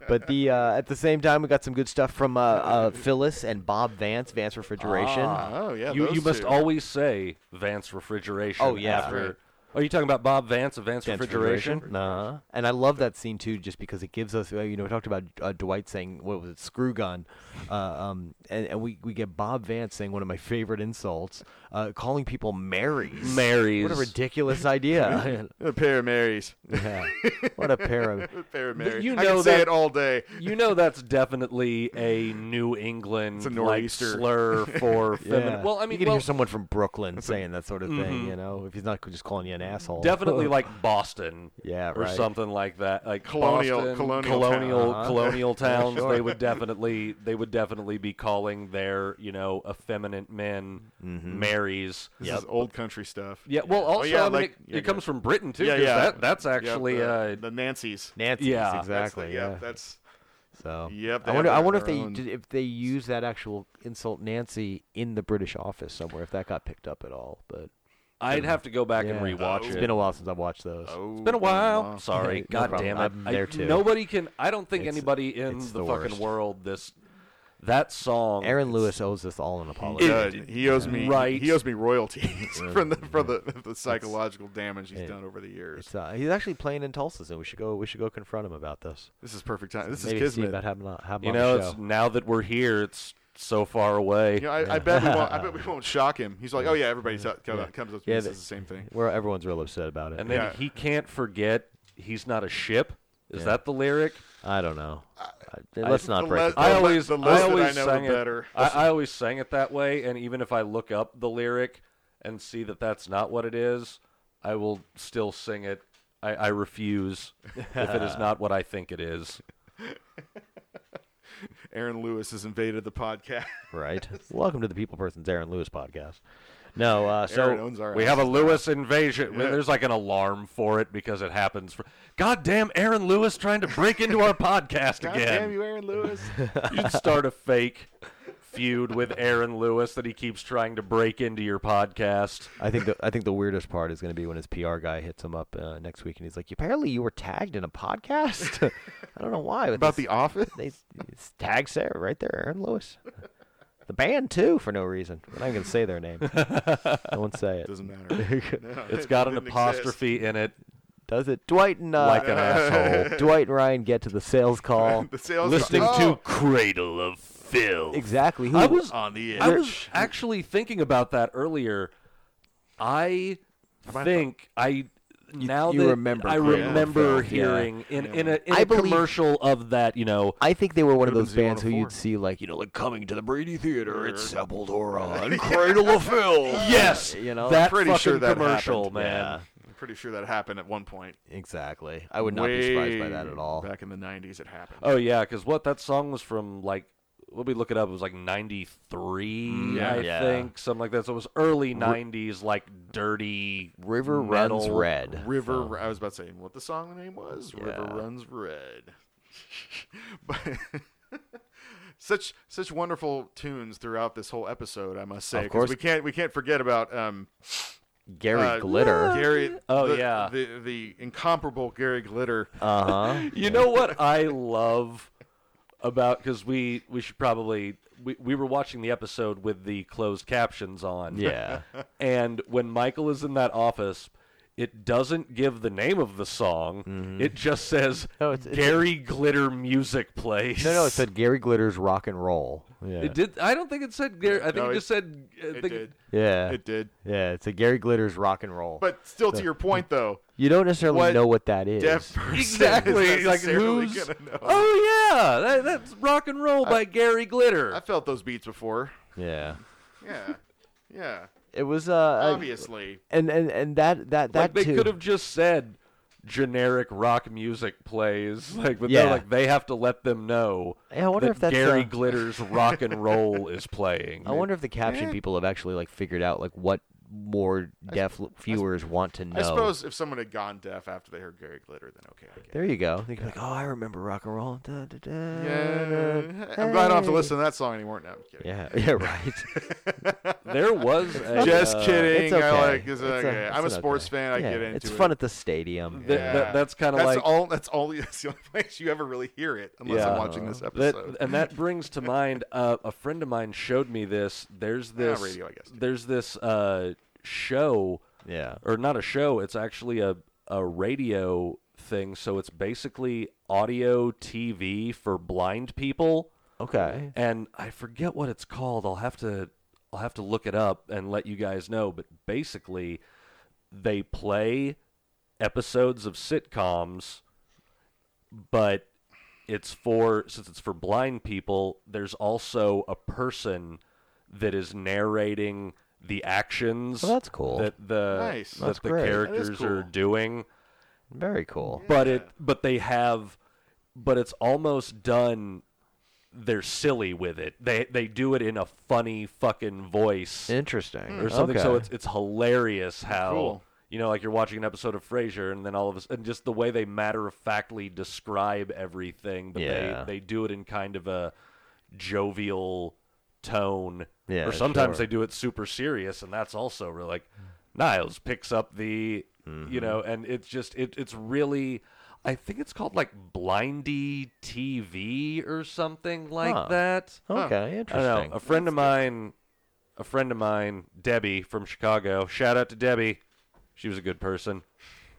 S4: But, but the uh, at the same time, we got some good stuff from uh, uh, Phyllis and Bob Vance, Vance Refrigeration.
S6: Ah.
S5: oh yeah,
S6: you
S5: those
S6: you must
S5: two.
S6: always say Vance refrigeration.
S4: Oh, yeah.
S6: After,
S5: Right.
S6: Are you talking about Bob Vance of Vance,
S4: Vance
S6: refrigeration?
S4: Nah. And I love that scene too, just because it gives us, uh, you know, we talked about uh, Dwight saying, what was it, screw gun. Uh, um, and, and we, we get Bob Vance saying one of my favorite insults, uh, calling people Marys.
S6: Marys.
S4: What a ridiculous idea.
S5: a pair of Marys, a
S4: yeah. What a pair of.
S5: pair of Marys.
S6: you
S5: I
S6: know
S5: can say
S6: that-
S5: it all day.
S6: You know that's definitely a New England
S5: It's a
S6: like
S5: nor'easter.
S6: slur for feminine.
S4: Yeah.
S6: Well, I
S4: you
S6: mean,
S4: can
S6: well, Mm-hmm.
S4: hear someone from Brooklyn saying that sort of thing, you know, if he's not just calling you an asshole.
S6: definitely like Boston,
S4: Yeah,
S6: or
S4: right.
S6: something like that, like
S5: Colonial-
S6: Boston,
S5: colonial Uh-huh.
S6: colonial,
S4: town.
S6: colonial towns. They would definitely, they would definitely be calling their, you know, effeminate men
S4: Mm-hmm.
S6: Marys.
S5: This is old country stuff.
S6: Yeah. Well, also,
S5: Oh, yeah,
S6: I mean,
S5: like-
S6: it,
S5: yeah,
S6: it
S5: go
S6: comes from Britain too.
S5: Yeah,
S6: 'cause
S5: yeah.
S6: That, that's
S5: Yep,
S6: actually
S5: the,
S6: uh,
S5: the Nancy's.
S4: Nancy's,
S6: Yeah. That's the-
S5: That's the-
S4: exactly.
S5: yep,
S4: yeah.
S5: that's
S4: So
S5: Yep, they
S4: I
S5: have
S4: wonder. I
S5: their-
S4: wonder if
S5: their
S4: they
S5: own-
S4: did, if they use that actual insult Nancy in the British office somewhere. If that got picked up at all, but
S6: I'd have to go back and
S4: Yeah.
S6: rewatch it.
S4: it's been a while since I've watched those.
S5: oh,
S6: It's been a while.
S4: No
S6: Sorry. God
S4: problem.
S6: damn it.
S4: I'm there
S6: I-
S4: too.
S6: Nobody can. I don't think
S4: It's-
S6: anybody in
S4: it's
S6: the,
S4: the worst.
S6: fucking world this that song.
S4: Aaron Lewis owes us all an apology.
S5: He, does. he owes me.
S6: Right.
S5: He owes me royalties from the for the, the psychological damage he's
S4: it-
S5: done over the years.
S4: It's, uh, he's actually playing in Tulsa, so we should go. We should go confront him about this.
S5: This is perfect time. This is
S4: Maybe see
S5: kismet.
S4: about having a, having
S6: You
S4: him on
S6: know,
S4: the
S6: it's
S4: show.
S6: now that we're here, it's so far away.
S5: You know, I, I bet we won't. I bet we won't shock him. He's like, oh yeah, everybody t- come- comes up to me
S4: Yeah,
S5: and
S4: they-
S5: says the same thing.
S4: Where everyone's real upset about it.
S6: and then
S5: Yeah.
S6: he can't forget he's not a ship. Is that the lyric?
S4: I don't know. I- let's not
S5: the
S4: break.
S5: le-
S4: it.
S5: The
S6: I
S5: le-
S6: always,
S5: the
S6: I
S5: less that
S6: always
S5: I know, the
S6: sang it.
S5: better.
S6: I, I always sang it that way, and even if I look up the lyric and see that that's not what it is, I will still sing it. I, I refuse if it is not what I think it is.
S5: Aaron Lewis has invaded the podcast.
S4: right. Welcome to the People Person's Aaron Lewis podcast. No, uh, so
S5: Aaron owns our.
S6: We
S5: house.
S6: have a Lewis invasion.
S5: Yeah.
S6: There's like an alarm for it because it happens. For goddamn Aaron Lewis trying to break into our podcast
S5: God
S6: again.
S5: damn you, Aaron Lewis.
S6: You should start a fake feud with Aaron Lewis that he keeps trying to break into your podcast.
S4: I think the I think the weirdest part is going to be when his PR guy hits him up uh, next week and he's like, "Apparently, you were tagged in a podcast. I don't know why." But
S5: About
S4: this-
S5: the office.
S4: they it's tags there, right there, Aaron Lewis, the band too, for no reason. We're not even going to say their name. I won't say it.
S5: Doesn't matter.
S6: It's got an
S5: Didn't
S6: apostrophe in it,
S4: Does it? Dwight and uh,
S6: like an asshole.
S4: Dwight and Ryan get to the sales call.
S5: The sales
S6: Listening
S5: guy-
S6: to Cradle of Filth.
S4: exactly. Who,
S6: I was
S5: on the
S6: I
S5: edge.
S6: was actually thinking about that earlier. I think I now
S4: you
S6: that
S4: remember
S6: I
S4: Cradle
S5: of
S6: remember
S4: Filth, yeah.
S6: hearing in in a, in
S4: I
S6: a
S4: believe-
S6: commercial of that, you know,
S4: I think they were one of
S5: Could've
S4: those
S5: been
S4: bands who you'd
S5: 004.
S4: see like you know like coming to the Brady Theater. It's Sepultura and Cradle of Filth.
S6: yes,
S4: you know,
S6: that
S5: pretty sure
S6: fucking
S5: that
S6: commercial,
S5: happened.
S6: man.
S5: I'm pretty sure that happened at one point.
S4: Exactly. I would not be surprised by
S5: Way
S4: that at all.
S5: Back in the '90s, it happened.
S6: Oh yeah, because what that song was from, like, let me look it up. It was like '93,
S5: yeah.
S6: I
S4: Mm, Yeah.
S6: think, something like that. So it was early '90s, like dirty
S4: River
S6: metal.
S4: runs red.
S5: River. I was about to say what the song name was. River
S4: Yeah.
S5: runs red. but such such wonderful tunes throughout this whole episode. I must say,
S4: Of
S5: 'cause
S4: course.
S5: we can't we can't forget about um
S4: Gary
S5: uh,
S4: Glitter.
S5: Gary.
S6: Oh,
S5: the-
S6: yeah.
S5: the the incomparable Gary Glitter.
S4: Uh huh.
S6: You know what I love about because we we should probably we, we were watching the episode with the closed captions on.
S4: Yeah.
S6: And when Michael is in that office, It doesn't give the name of the song. It just says
S4: Mm-hmm. No, it's- it's-
S6: Gary Glitter Music Plays.
S4: No, no, it said Gary Glitter's rock and roll. Yeah,
S6: It did. I don't think it said Gary. I think
S5: No,
S6: it
S5: it-
S6: just said. uh, I
S5: It
S6: think-
S5: did.
S4: yeah,
S5: It did.
S4: yeah. It's a Gary Glitter's rock and roll.
S5: But still, to your point though,
S4: you don't necessarily
S5: what
S4: know what that is.
S5: deaf person is
S6: Exactly. Like
S5: necessarily
S6: who's?
S5: gonna know.
S6: Oh yeah, that, that's rock and roll by Gary Glitter.
S5: I felt those beats before.
S4: Yeah,
S5: Yeah, yeah.
S4: it was uh, uh,
S5: Obviously,
S4: and and and that that that
S6: like they
S4: too.
S6: could have just said generic rock music plays. Like, but
S4: Yeah.
S6: they're like they have to let them know.
S4: Yeah, I wonder
S6: that
S4: if that's,
S6: Gary
S4: uh,
S6: Glitter's rock and roll is playing.
S4: I wonder if the
S5: eh.
S4: caption people have actually like figured out like what more deaf l- viewers want to know.
S5: I suppose if someone had gone deaf after they heard Gary Glitter, then okay. I get it.
S4: There you go. They can be like, oh, I remember rock and roll. Da, da, da,
S5: Yeah,
S4: da.
S5: I'm glad I don't have to
S4: Hey."
S5: listen to that song anymore. No, I'm kidding.
S4: Yeah, yeah, right.
S6: there was a,
S5: Just
S6: uh,
S5: kidding.
S4: it's
S5: I
S4: okay.
S5: like. It's
S4: It's
S5: okay.
S4: a-
S5: I'm a
S4: it's an
S5: sports
S4: okay.
S5: fan. I
S4: yeah,
S5: get into
S4: it's
S5: it.
S4: fun at the stadium.
S6: Th-
S5: Yeah.
S6: that- that's kinda
S5: That's
S6: like-
S5: all. That's all. That's the only place you ever really hear it, unless
S6: uh, Yeah.
S5: I'm watching this
S6: That,
S5: episode.
S6: and that brings to mind uh, a friend of mine showed me this. There's this
S5: Ah, radio, I guess, too.
S6: There's this uh, show,
S4: Yeah.
S6: or not a show. It's actually a a radio thing. So it's basically audio TV for blind people.
S4: Okay.
S6: And I forget what it's called. I'll have to I'll have to look it up and let you guys know. But basically, they play episodes of sitcoms, but it's for since it's for blind people. There's also a person that is narrating the actions.
S4: Well, Oh, that's cool.
S6: That the
S5: Nice.
S6: that
S4: That's
S6: the
S4: great. That is
S6: characters are
S5: cool.
S6: doing
S4: Very cool.
S6: but it but they have but it's almost done they're silly with it they they do it in a funny fucking voice
S5: Hmm.
S4: Interesting.
S6: or something
S4: Mm, Okay.
S6: so it's it's hilarious how
S5: Cool.
S6: you know like you're watching an episode of frasier and then all of a sudden just the way they matter-of-factly describe everything but
S4: Yeah.
S6: they they do it in kind of a jovial tone
S4: Yeah,
S6: or sometimes
S4: sure.
S6: they do it super serious and that's also really like niles picks up the you know
S4: Mm-hmm.
S6: and it's just it, it's really i think it's called like blindy tv or something like
S4: Huh.
S6: that
S4: okay.
S6: I don't
S4: Interesting.
S6: know. A friend of mine, a friend of mine, Debbie from Chicago. Shout out to Debbie. She was a good person.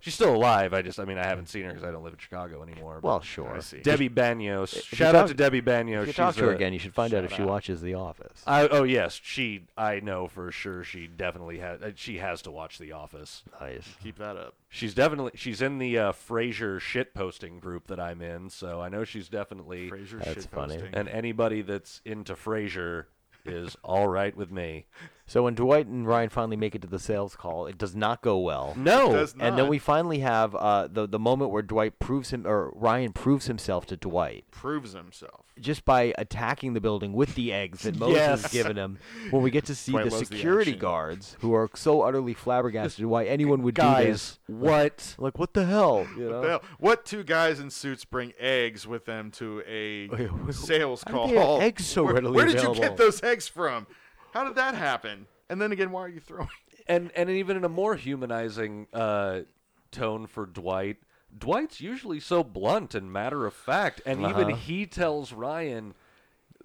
S6: She's still alive. I just, I mean, I haven't seen her because I don't live in Chicago anymore. but
S4: Well, sure.
S5: I
S4: If
S5: see.
S6: Debbie Banyos. Shout out
S4: talk-
S6: to Debbie Banyos.
S4: you talk
S6: She's
S4: to her
S6: a-
S4: again, you should find out if she watches The Office.
S6: I, oh yes, she. I know for sure. She definitely has. She has to watch The Office.
S4: Nice.
S5: Keep that up.
S6: She's definitely. She's in the uh, Frasier shit posting group that I'm in, so I know she's definitely.
S5: Frasier
S4: That's
S5: shitposting.
S4: funny.
S6: And anybody that's into Frasier is all right with me.
S4: So when Dwight and Ryan finally make it to the sales call, it does not go well.
S6: No,
S5: does
S4: And then
S5: not.
S4: we finally have uh, the the moment where Dwight proves him or Ryan proves himself to Dwight
S5: Proves himself.
S4: just by attacking the building with the eggs that Moses has
S6: Yes.
S4: given him. When we get to see
S5: Dwight
S4: the
S5: loves the
S4: security
S5: action.
S4: guards who are so utterly flabbergasted why anyone would do
S6: guys,
S4: this.
S6: what?
S4: Like what the hell? You know?
S5: What the hell? What two guys in suits bring eggs with them to a
S4: wait,
S5: sales
S4: how
S5: call?
S4: do they have eggs so
S5: where,
S4: readily
S5: Where did you
S4: available?
S5: get those eggs from? How did that happen? And then again, why are you throwing?
S6: And and even in a more humanizing uh, tone for Dwight, Dwight's usually so blunt and matter of fact, and even he tells Ryan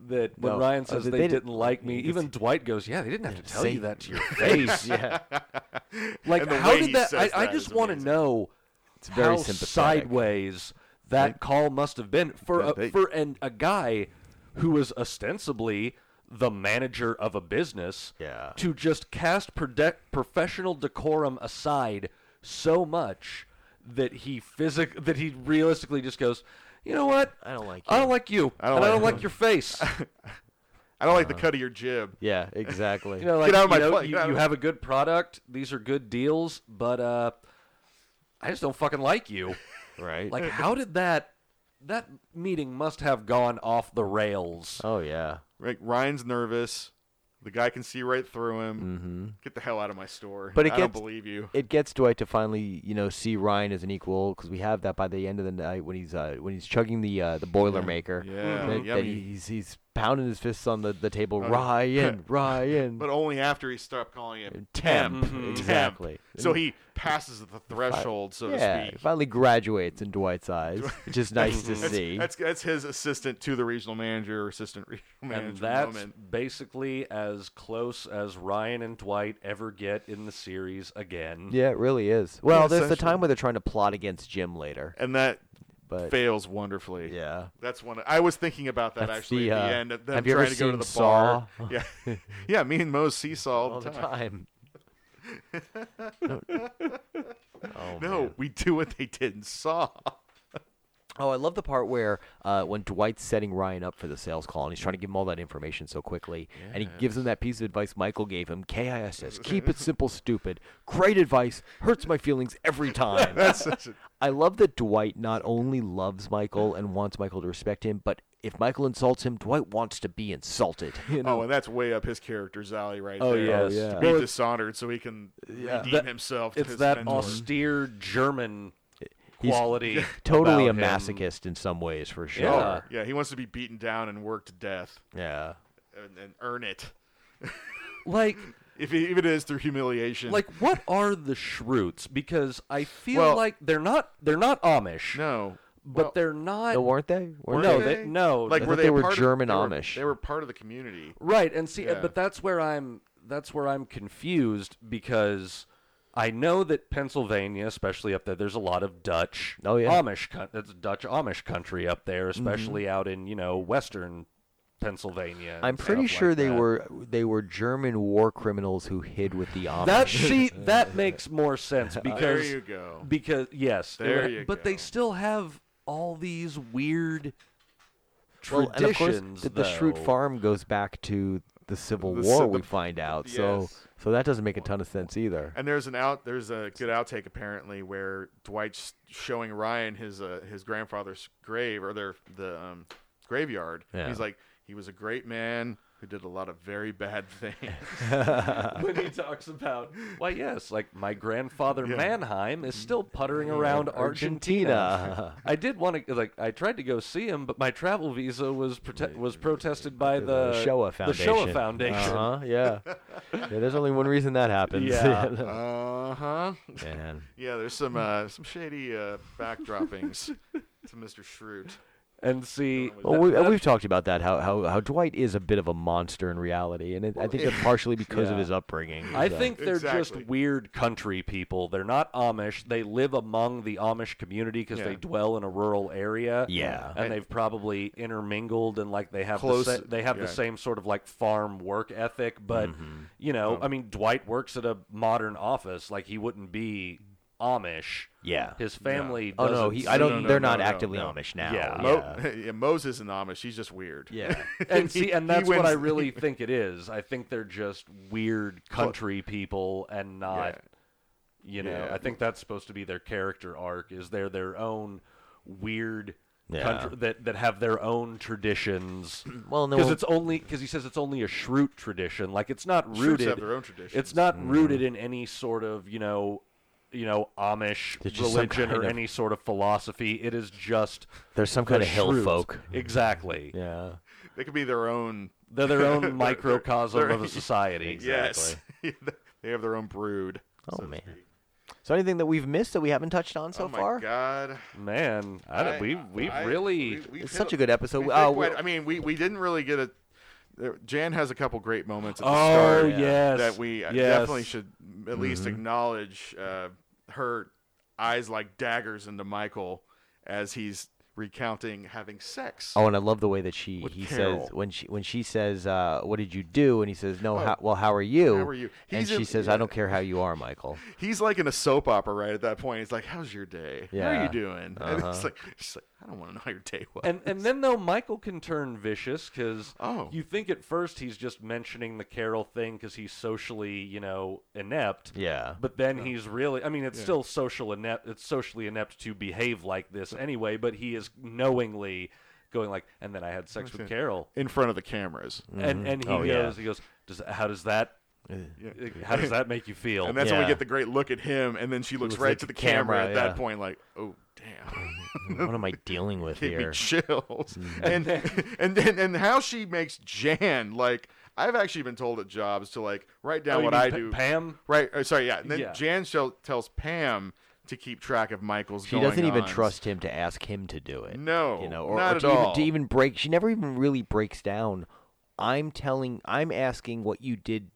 S6: that when
S4: Uh-huh. No,
S6: Ryan
S4: uh,
S6: says
S4: they-
S6: they,
S4: they didn't-
S6: didn't like me, even Dwight goes, "Yeah, they didn't have to tell
S4: say-
S6: you that to your face."
S4: yeah.
S6: Like
S5: And the
S6: how
S5: way
S6: did
S5: he
S6: that?
S5: says
S6: I, I
S5: that
S6: just
S5: is
S6: want to
S5: amazing.
S6: know it's
S4: very
S6: how
S4: sympathetic.
S6: sideways that call must have been for
S5: Yeah,
S6: a,
S5: they-
S6: for an, a guy who was ostensibly the manager of a business
S4: Yeah.
S6: to just cast prode- professional decorum aside so much that he physic that he realistically just goes, you know what?
S4: I don't like
S6: I don't like you.
S5: don't
S6: and I
S5: like
S6: don't
S5: you."
S6: like your face.
S5: I don't like the cut of your jib.
S4: Uh, Yeah, exactly.
S6: You know, like
S5: Get out of
S6: you,
S5: my
S6: know,
S5: play-
S6: you,
S5: get out of
S6: you
S5: my-
S6: have a good product. These are good deals, but uh, I just don't fucking like you.
S4: right?
S6: Like, how did that that meeting must have gone off the rails?
S4: oh yeah.
S5: Right, Ryan's nervous. The guy can see right through him. Get the hell out of my store.
S4: Mm-hmm. But it
S5: I don't
S4: gets-
S5: believe you.
S4: It gets Dwight to finally, you know, see Ryan as an equal because we have that by the end of the night when he's uh, when he's chugging the uh, the Boilermaker.
S5: Yeah,
S4: that, that
S5: yummy. Oh,
S4: he's he's pounding his fists on the, the table. Ryan, Ryan.
S5: But only after he stopped calling him
S4: temp.
S5: temp.
S6: Mm-hmm.
S4: Mhm.
S5: Temp.
S4: Exactly.
S5: So he passes the threshold, so
S4: yeah,
S5: to speak.
S4: finally graduates in Dwight's eyes, which is nice to see.
S5: That's that's his assistant to the regional manager or assistant regional manager.
S6: And that's
S5: woman.
S6: basically as close as Ryan and Dwight ever get in the series again.
S4: yeah, it really is. Well, there's the
S5: essentially.
S4: time where they're trying to plot against Jim later,
S5: and that
S4: but
S5: fails wonderfully.
S4: yeah,
S5: That's one. I was thinking about that
S4: That's
S5: actually
S4: the,
S5: at
S4: uh,
S5: the end. Of them
S4: have you
S5: trying
S4: ever
S5: to go to
S4: seen
S5: the bar. Yeah, yeah. Me and Mo see Saw all,
S4: all
S5: the
S4: the
S5: time.
S4: time. No. Oh,
S5: No,
S4: man.
S5: we do what they did in Saw.
S4: Oh, I love the part where uh, when Dwight's setting Ryan up for the sales call and he's trying to give him all that information so quickly, and he gives him that piece of advice Michael gave him: "KISS, keep it simple, stupid. Great advice, hurts my feelings every time."
S5: That's such a,
S4: I love that Dwight not only loves Michael and wants Michael to respect him, but if Michael insults him, Dwight wants to be insulted. You know?
S5: oh, and that's way up his character's alley right
S6: Oh,
S5: there.
S6: yes.
S5: to
S4: yeah.
S5: be
S6: Well, it-
S5: dishonored so he can redeem
S6: That-
S5: himself. to
S6: It's
S5: his
S6: that
S5: mentor.
S6: austere German
S4: He's
S6: quality.
S4: totally a
S6: about him.
S4: masochist in some ways, for sure.
S6: Yeah.
S5: Yeah, he wants to be beaten down and worked to death
S4: Yeah.
S5: and, and earn it.
S6: Like
S5: If, he, if it is through humiliation.
S6: like what are the Shroots? Because I feel
S5: Well-
S6: like they're not they're not Amish.
S5: no.
S6: But
S5: Well,
S6: they're not
S4: No, weren't they? Weren't
S6: no,
S4: they?
S6: they- no,
S5: Like
S6: I
S5: were
S4: thought
S5: they,
S4: they were
S5: part of-
S4: German
S5: they were-
S4: Amish.
S5: They were part of the community.
S6: Right, and see, uh,
S5: Yeah.
S6: but that's where I'm that's where I'm confused because I know that Pennsylvania, especially up there, there's a lot of Dutch
S4: Oh, yeah. Mm-hmm.
S6: Amish. coun- That's Dutch Amish country up there, especially out in you know western Pennsylvania. and
S4: I'm pretty
S6: stuff
S4: sure
S6: like
S4: they
S6: that.
S4: were they were German war criminals who hid with the Amish.
S6: That she that makes more sense because
S5: There you go.
S6: because yes, they
S5: There
S6: were-
S5: you
S6: but they
S5: go.
S6: still have all these weird
S4: Well, and of course,
S6: traditions.
S4: the, the Shroot
S6: though.
S4: Farm goes back to the Civil
S5: The
S4: War.
S5: civ-
S4: we find out, so
S5: yes.
S4: so that doesn't make a ton of sense either.
S5: And there's an out. There's a good outtake apparently where Dwight's showing Ryan his uh, his grandfather's grave or their the um, graveyard.
S4: Yeah.
S5: He's like, he was a great man who did a lot of very bad things.
S6: when he talks about why yes like my grandfather mannheim is still puttering around argentina,
S4: Argentina.
S6: i did want to like i tried to go see him but my travel visa was prote- was protested by the,
S4: the Shoah Foundation.
S6: the Shoah foundation
S4: Uh-huh, yeah. yeah. There's only one reason that happens.
S6: Yeah.
S5: uh
S6: Uh-huh.
S5: huh.
S4: Man.
S5: Yeah, there's some uh, some shady uh, backdroppings to Mr. Shroot.
S6: and see
S4: Well, we, we've talked about that how, how how Dwight is a bit of a monster in reality, and it, I think that's partially because of
S6: Yeah.
S4: his upbringing.
S6: I
S4: so.
S6: think they're
S5: Exactly.
S6: just weird country people. They're not Amish. They live among the Amish community because
S5: Yeah.
S6: they dwell in a rural area.
S4: Yeah.
S6: and they've probably intermingled and like they have
S5: Close-
S6: the sa- they have
S5: yeah.
S6: the same sort of like farm work ethic. But
S4: Mm-hmm.
S6: you know, I mean, Dwight works at a modern office. Like he wouldn't be Amish.
S4: Yeah.
S6: his family.
S4: Oh
S6: doesn't
S4: no, he, I
S6: seem-
S4: don't.
S5: no, no,
S4: they're
S5: no,
S4: not
S5: no,
S4: actively
S5: no.
S4: Amish now.
S6: Yeah.
S5: Mo- yeah, Mo's isn't Amish. He's just weird.
S4: yeah.
S6: and see,
S5: he
S6: and that's what
S5: wins-
S6: I really think it is. I think they're just weird country people, and not, you know.
S5: Yeah.
S6: I think that's supposed to be their character arc. Is they're their own weird
S4: Yeah.
S6: country that that have their own traditions.
S4: Well, no,
S6: because
S4: well-
S6: it's only because he says it's only a shroot tradition. Like it's not
S5: Shroots
S6: rooted.
S5: have their own traditions.
S6: It's not
S4: Mm-hmm.
S6: rooted in any sort of you know. You know, Amish
S4: It's just some
S6: religion or
S4: kind of-
S6: any sort of philosophy. It is just
S4: There's some
S6: the
S4: kind of hill
S6: Shroots.
S4: folk.
S6: Exactly.
S4: Yeah.
S5: They could be their own.
S6: They're their own microcosm of a society.
S5: Yes. they have their own brood.
S4: Oh
S5: so to
S4: man.
S5: speak.
S4: So anything that we've missed that we haven't touched on so
S5: oh my
S4: far?
S5: God.
S6: Man, I, don't-
S5: I-
S6: we we
S5: I-
S6: really
S5: we- we
S4: It's
S5: hit
S4: such a
S5: a-
S4: good episode.
S5: We
S4: Uh,
S5: did
S4: we-
S5: quite- I mean, we, we didn't really get a. there- Jan has a couple great moments at the
S6: Oh,
S5: start
S6: yes,
S5: that we uh,
S6: yes.
S5: definitely should at least acknowledge uh, her eyes like daggers into Michael as he's recounting having sex.
S4: Oh, and I love the way that she he
S5: Carol. Oh.
S4: says when she when she says, uh, "What did you do?" and he says, "No, how, well, how are you?"
S5: How are you?
S4: And
S5: He's
S4: she
S5: in-
S4: says, "I don't care how you are, Michael."
S5: He's like in a soap opera right at that point. He's like, "How's your day? How are
S4: Yeah.
S5: you doing?" And it's like, she's like, "I don't want to know how your day was."
S6: and and then though Michael can turn vicious because
S5: Oh.
S6: you think at first he's just mentioning the Carol thing because he's socially you know inept.
S4: Yeah.
S6: But then he's really I mean it's still social inept it's socially inept to behave like this anyway. But he is knowingly going like and then I had sex with Carol
S5: in front of the cameras.
S6: and and he
S4: Oh,
S6: goes
S4: yeah.
S6: he goes does how does that how does that make you feel
S5: And that's when
S4: Yeah.
S5: we get the great look at him, and then she looks
S4: looks
S5: right
S4: at
S5: to
S4: the
S5: the camera,
S4: camera,
S5: at
S4: yeah.
S5: that point, like, oh damn.
S4: what am I dealing with
S5: gave me
S4: here?
S5: chills.
S6: Mm.
S5: And and then and how she makes Jan like I've actually been told at jobs to like write down
S6: Oh, you
S5: what
S6: mean
S5: I
S6: Pa-
S5: do.
S6: Pam?
S5: right? Or, sorry, yeah. And then
S6: Yeah.
S5: Jan shall, tells Pam to keep track of Michael's.
S4: She doesn't even
S5: goings-ons.
S4: trust him to ask him to do it.
S5: No,
S4: you know, or,
S5: not
S4: or
S5: at
S4: to, even,
S5: all.
S4: to even break. She never even really breaks down. I'm telling, I'm asking what you did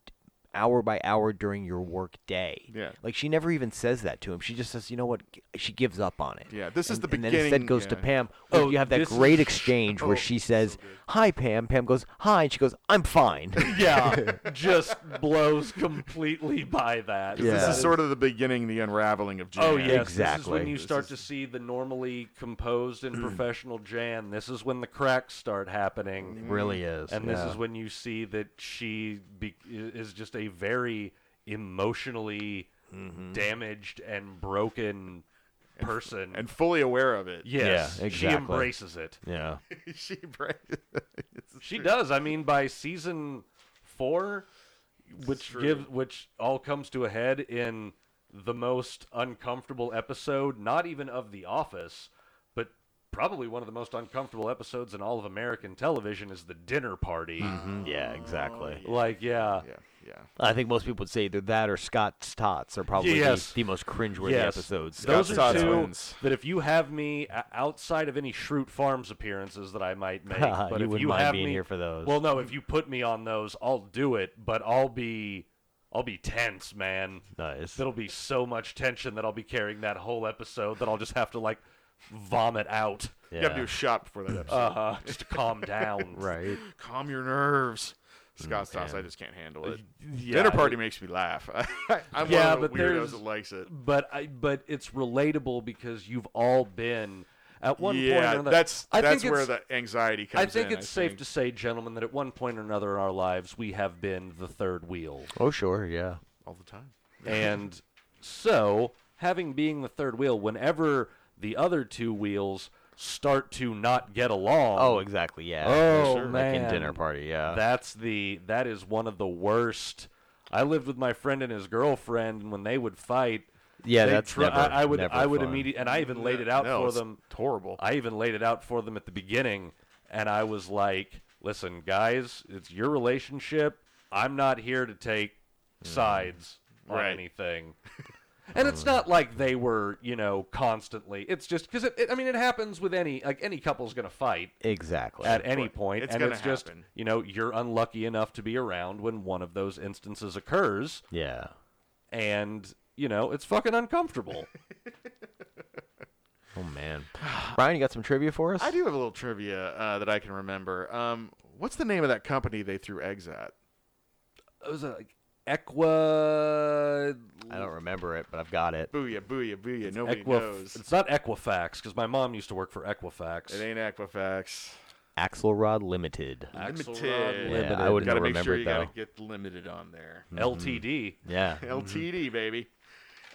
S4: hour by hour during your work day.
S5: Yeah.
S4: like she never even says that to him. She just says, you know what? She gives up on it.
S5: Yeah, this is
S4: And-
S5: the
S4: and then instead
S5: beginning,
S4: goes to
S5: yeah. Oh,
S4: Pam. where
S6: Oh,
S4: you have that
S6: this is-
S4: great exchange where she says, "Hi, Pam." Pam goes, "Hi," and she goes, "I'm fine."
S6: yeah, just blows completely by that.
S4: Yeah.
S5: This is sort of the beginning, the unraveling of Jan.
S6: Oh yes, This is
S4: Exactly.
S6: when you
S4: This
S6: start to see the normally composed and professional Jan. This is when the cracks start happening.
S4: really is.
S6: And this is when you see that she be- is just a very emotionally
S4: Mm-hmm.
S6: damaged and broken person.
S5: and fully aware of it.
S6: yes,
S4: Yeah,
S6: she
S4: exactly.
S6: embraces it.
S4: yeah.
S5: she breaks.
S6: She does. I mean, by season four, which
S5: true.
S6: gives, which all comes to a head in the most uncomfortable episode, not even of The Office, but probably one of the most uncomfortable episodes in all of American television is the dinner party.
S4: Mm, Yeah, exactly.
S6: Like, yeah.
S5: Oh, Yeah, yeah.
S4: I think most people would say either that or Scott's Tots are probably the-
S6: Yes.
S4: the, most cringeworthy
S6: Yes.
S4: episodes.
S6: Those
S5: Scott's
S6: are
S5: Tots
S6: two
S5: wins.
S6: that if you have me o- outside of any Shroot Farms appearances that I might make, but
S4: You
S6: if
S4: wouldn't
S6: you
S4: mind
S6: have
S4: being
S6: me
S4: here for those.
S6: Well, no, if you put me on those, I'll do it, but I'll be I'll be tense, man.
S4: Nice.
S6: There'll be so much tension that I'll be carrying that whole episode that I'll just have to like vomit out.
S5: You gotta do a shot before that episode.
S6: Uh, just to calm down.
S4: right.
S6: Uh,
S5: Calm your nerves.
S6: Mm,
S5: Scott's Tots, I just can't handle it.
S6: yeah,
S5: Dinner party makes me laugh. I'm
S6: Yeah,
S5: one of
S6: but
S5: the weirdos
S6: there's-
S5: that likes it.
S6: But I but it's relatable because you've all been at one point or
S5: yeah,
S6: another.
S5: that's
S6: I
S5: that's
S6: think
S5: where
S6: it's-
S5: the anxiety comes
S6: I
S5: in.
S6: think it's safe to say, gentlemen, that at one point or another in our lives, we have been the third wheel.
S4: Oh, sure. Yeah.
S5: all the time.
S6: and so, having being the third wheel, whenever the other two wheels start to not get along,
S4: Oh, exactly. Yeah.
S6: Oh,
S4: Sure. Like in dinner
S6: man.
S4: party. Yeah.
S6: that's the that is one of the worst. I lived with my friend and his girlfriend, and when they would fight,
S4: yeah.
S6: they
S4: That's
S6: tr-
S4: never.
S6: I, I would
S4: never
S6: I would
S4: fun.
S6: immediately, and I even laid it out
S5: No,
S6: for
S5: it's
S6: them.
S5: Horrible.
S6: I even laid it out for them at the beginning, and I was like, "Listen, guys, it's your relationship. I'm not here to take
S4: Mm.
S6: sides on
S5: Right.
S6: anything." And it's not like they were, you know, constantly. It's just because it, it. I mean, it happens with any like any couple's gonna fight
S4: Exactly.
S6: at any point,
S5: It's
S6: and
S5: gonna
S6: it's just
S5: happen.
S6: you know you're unlucky enough to be around when one of those instances occurs,
S4: yeah.
S6: and you know it's fucking uncomfortable.
S4: Oh man. Brian, you got some trivia for us?
S5: I do have a little trivia uh, that I can remember. Um, what's the name of that company they threw eggs at?
S6: it was like Equa.
S4: I don't remember it, but I've got it.
S5: Booyah, booyah, booyah. Nobody
S6: Equif-
S5: knows.
S6: It's not Equifax because my mom used to work for Equifax.
S5: It ain't Equifax.
S4: Axelrod Limited.
S6: Axelrod
S5: Limited.
S4: Yeah,
S6: Limited.
S4: I wouldn't
S5: gotta
S4: have
S5: make sure
S4: remembered
S5: you
S4: though.
S5: gotta get limited on there.
S4: Mm-hmm.
S6: LTD.
S4: Yeah.
S5: LTD, baby.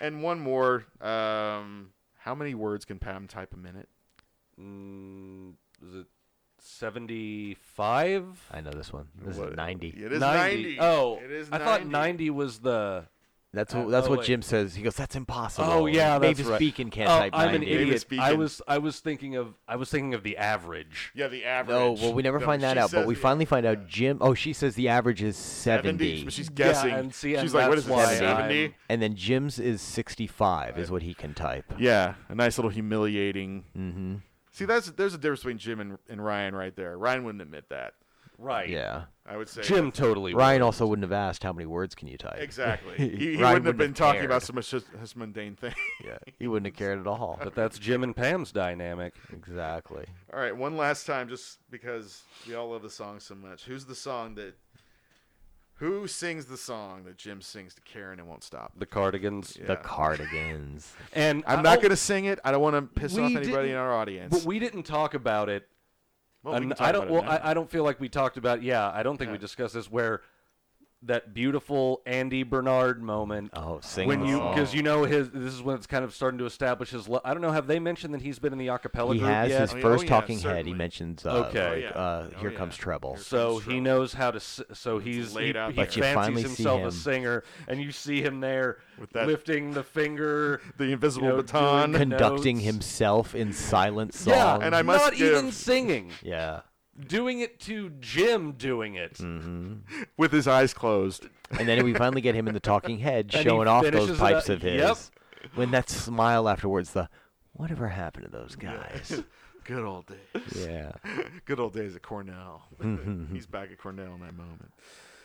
S5: And one more. Um, how many words can Pam type a minute?
S6: Mm, was it seventy-five?
S4: I know this one. This
S5: What-
S4: is 90.
S5: It is 90.
S6: Oh,
S5: it is
S6: I
S5: 90.
S6: thought ninety was the.
S4: That's what, that's
S6: oh,
S4: what
S6: wait.
S4: Jim says. He goes, "That's impossible."
S6: Oh yeah, that's
S4: Mavis
S6: right.
S4: Beacon can't
S6: oh,
S4: type
S6: I'm
S4: 90.
S6: an
S5: Mavis
S6: idiot. I
S5: Beacon.
S6: was I was thinking of I was thinking of the average.
S5: Yeah, the average.
S4: No, well, we never
S5: No,
S4: find that
S5: she
S4: out, but
S5: says
S4: we
S5: the-
S4: finally find out Jim. Oh, she says the average is 70.
S5: 70. But she's guessing.
S6: and see, and
S5: she's like, what
S6: that's
S5: is
S6: why
S5: it, 70?
S6: I'm-
S4: and then Jim's is 65, is what he can type.
S5: Yeah, a nice little humiliating. Mm-hmm. See, that's there's a difference between Jim and, and Ryan right there. Ryan wouldn't admit that.
S6: Right.
S4: Yeah.
S5: I would say
S6: Jim totally.
S4: Ryan also wouldn't have asked how many words can you type.
S5: Exactly. He, he
S4: Ryan
S5: wouldn't have
S4: wouldn't
S5: been
S4: have
S5: talking about
S4: cared.
S5: so much his, his mundane thing.
S4: Yeah, he wouldn't have cared at all.
S6: But that's Jim and Pam's dynamic.
S4: exactly.
S5: All right, one last time, just because we all love the song so much. Who's the song that? Who sings the song that Jim sings to Karen and won't stop?
S6: The Cardigans.
S4: The
S5: Yeah.
S4: Cardigans.
S6: And
S5: I'm
S6: I-
S5: not
S6: oh,
S5: gonna sing it. I don't want to piss
S6: we
S5: off anybody in
S6: didn't-
S5: our audience.
S6: But we didn't talk about it
S5: Well, we
S6: And
S5: can talk
S6: I don't.
S5: about it
S6: Well,
S5: now.
S6: I, I don't feel like we talked about. Yeah, I don't think we
S5: Yeah.
S6: discussed this. Where that beautiful Andy Bernard moment.
S4: Oh, sing
S6: when
S4: the
S6: you
S4: song.
S6: because you know his this is when it's kind of starting to establish his. Lo- I don't know. Have they mentioned that he's been in the acapella
S4: he
S6: group
S4: has
S6: yet?
S4: his
S5: Oh, yeah,
S4: first
S5: oh, yeah,
S4: talking head. He
S5: certainly.
S4: mentions uh,
S6: Okay.
S4: like,
S5: Oh, yeah.
S4: uh,
S5: Oh,
S4: here
S5: yeah.
S4: comes treble.
S6: so
S5: That's
S6: he
S5: true.
S6: knows how to. s- So he's
S5: laid
S6: he,
S5: out
S6: he
S5: there. But
S4: you finally
S6: fancies
S4: see
S6: himself
S4: him-
S6: a singer, and you see him there
S5: With that-
S6: lifting the finger,
S5: The invisible
S6: you know,
S5: baton.
S6: doing
S4: Conducting
S6: notes.
S4: himself in silent song.
S6: Yeah,
S5: and I must
S6: not even
S5: give-
S6: singing,
S4: yeah.
S6: doing it to Jim doing it,
S4: Mm.
S5: with his eyes closed.
S4: And then we finally get him in the talking head
S6: he
S4: showing off
S6: finishes
S4: those
S6: it up-
S4: pipes of his.
S6: yep.
S4: When that smile afterwards, the whatever happened to those guys?
S5: Good old days.
S4: yeah. Mm-hmm.
S5: Good old days at Cornell. He's back at Cornell in that moment.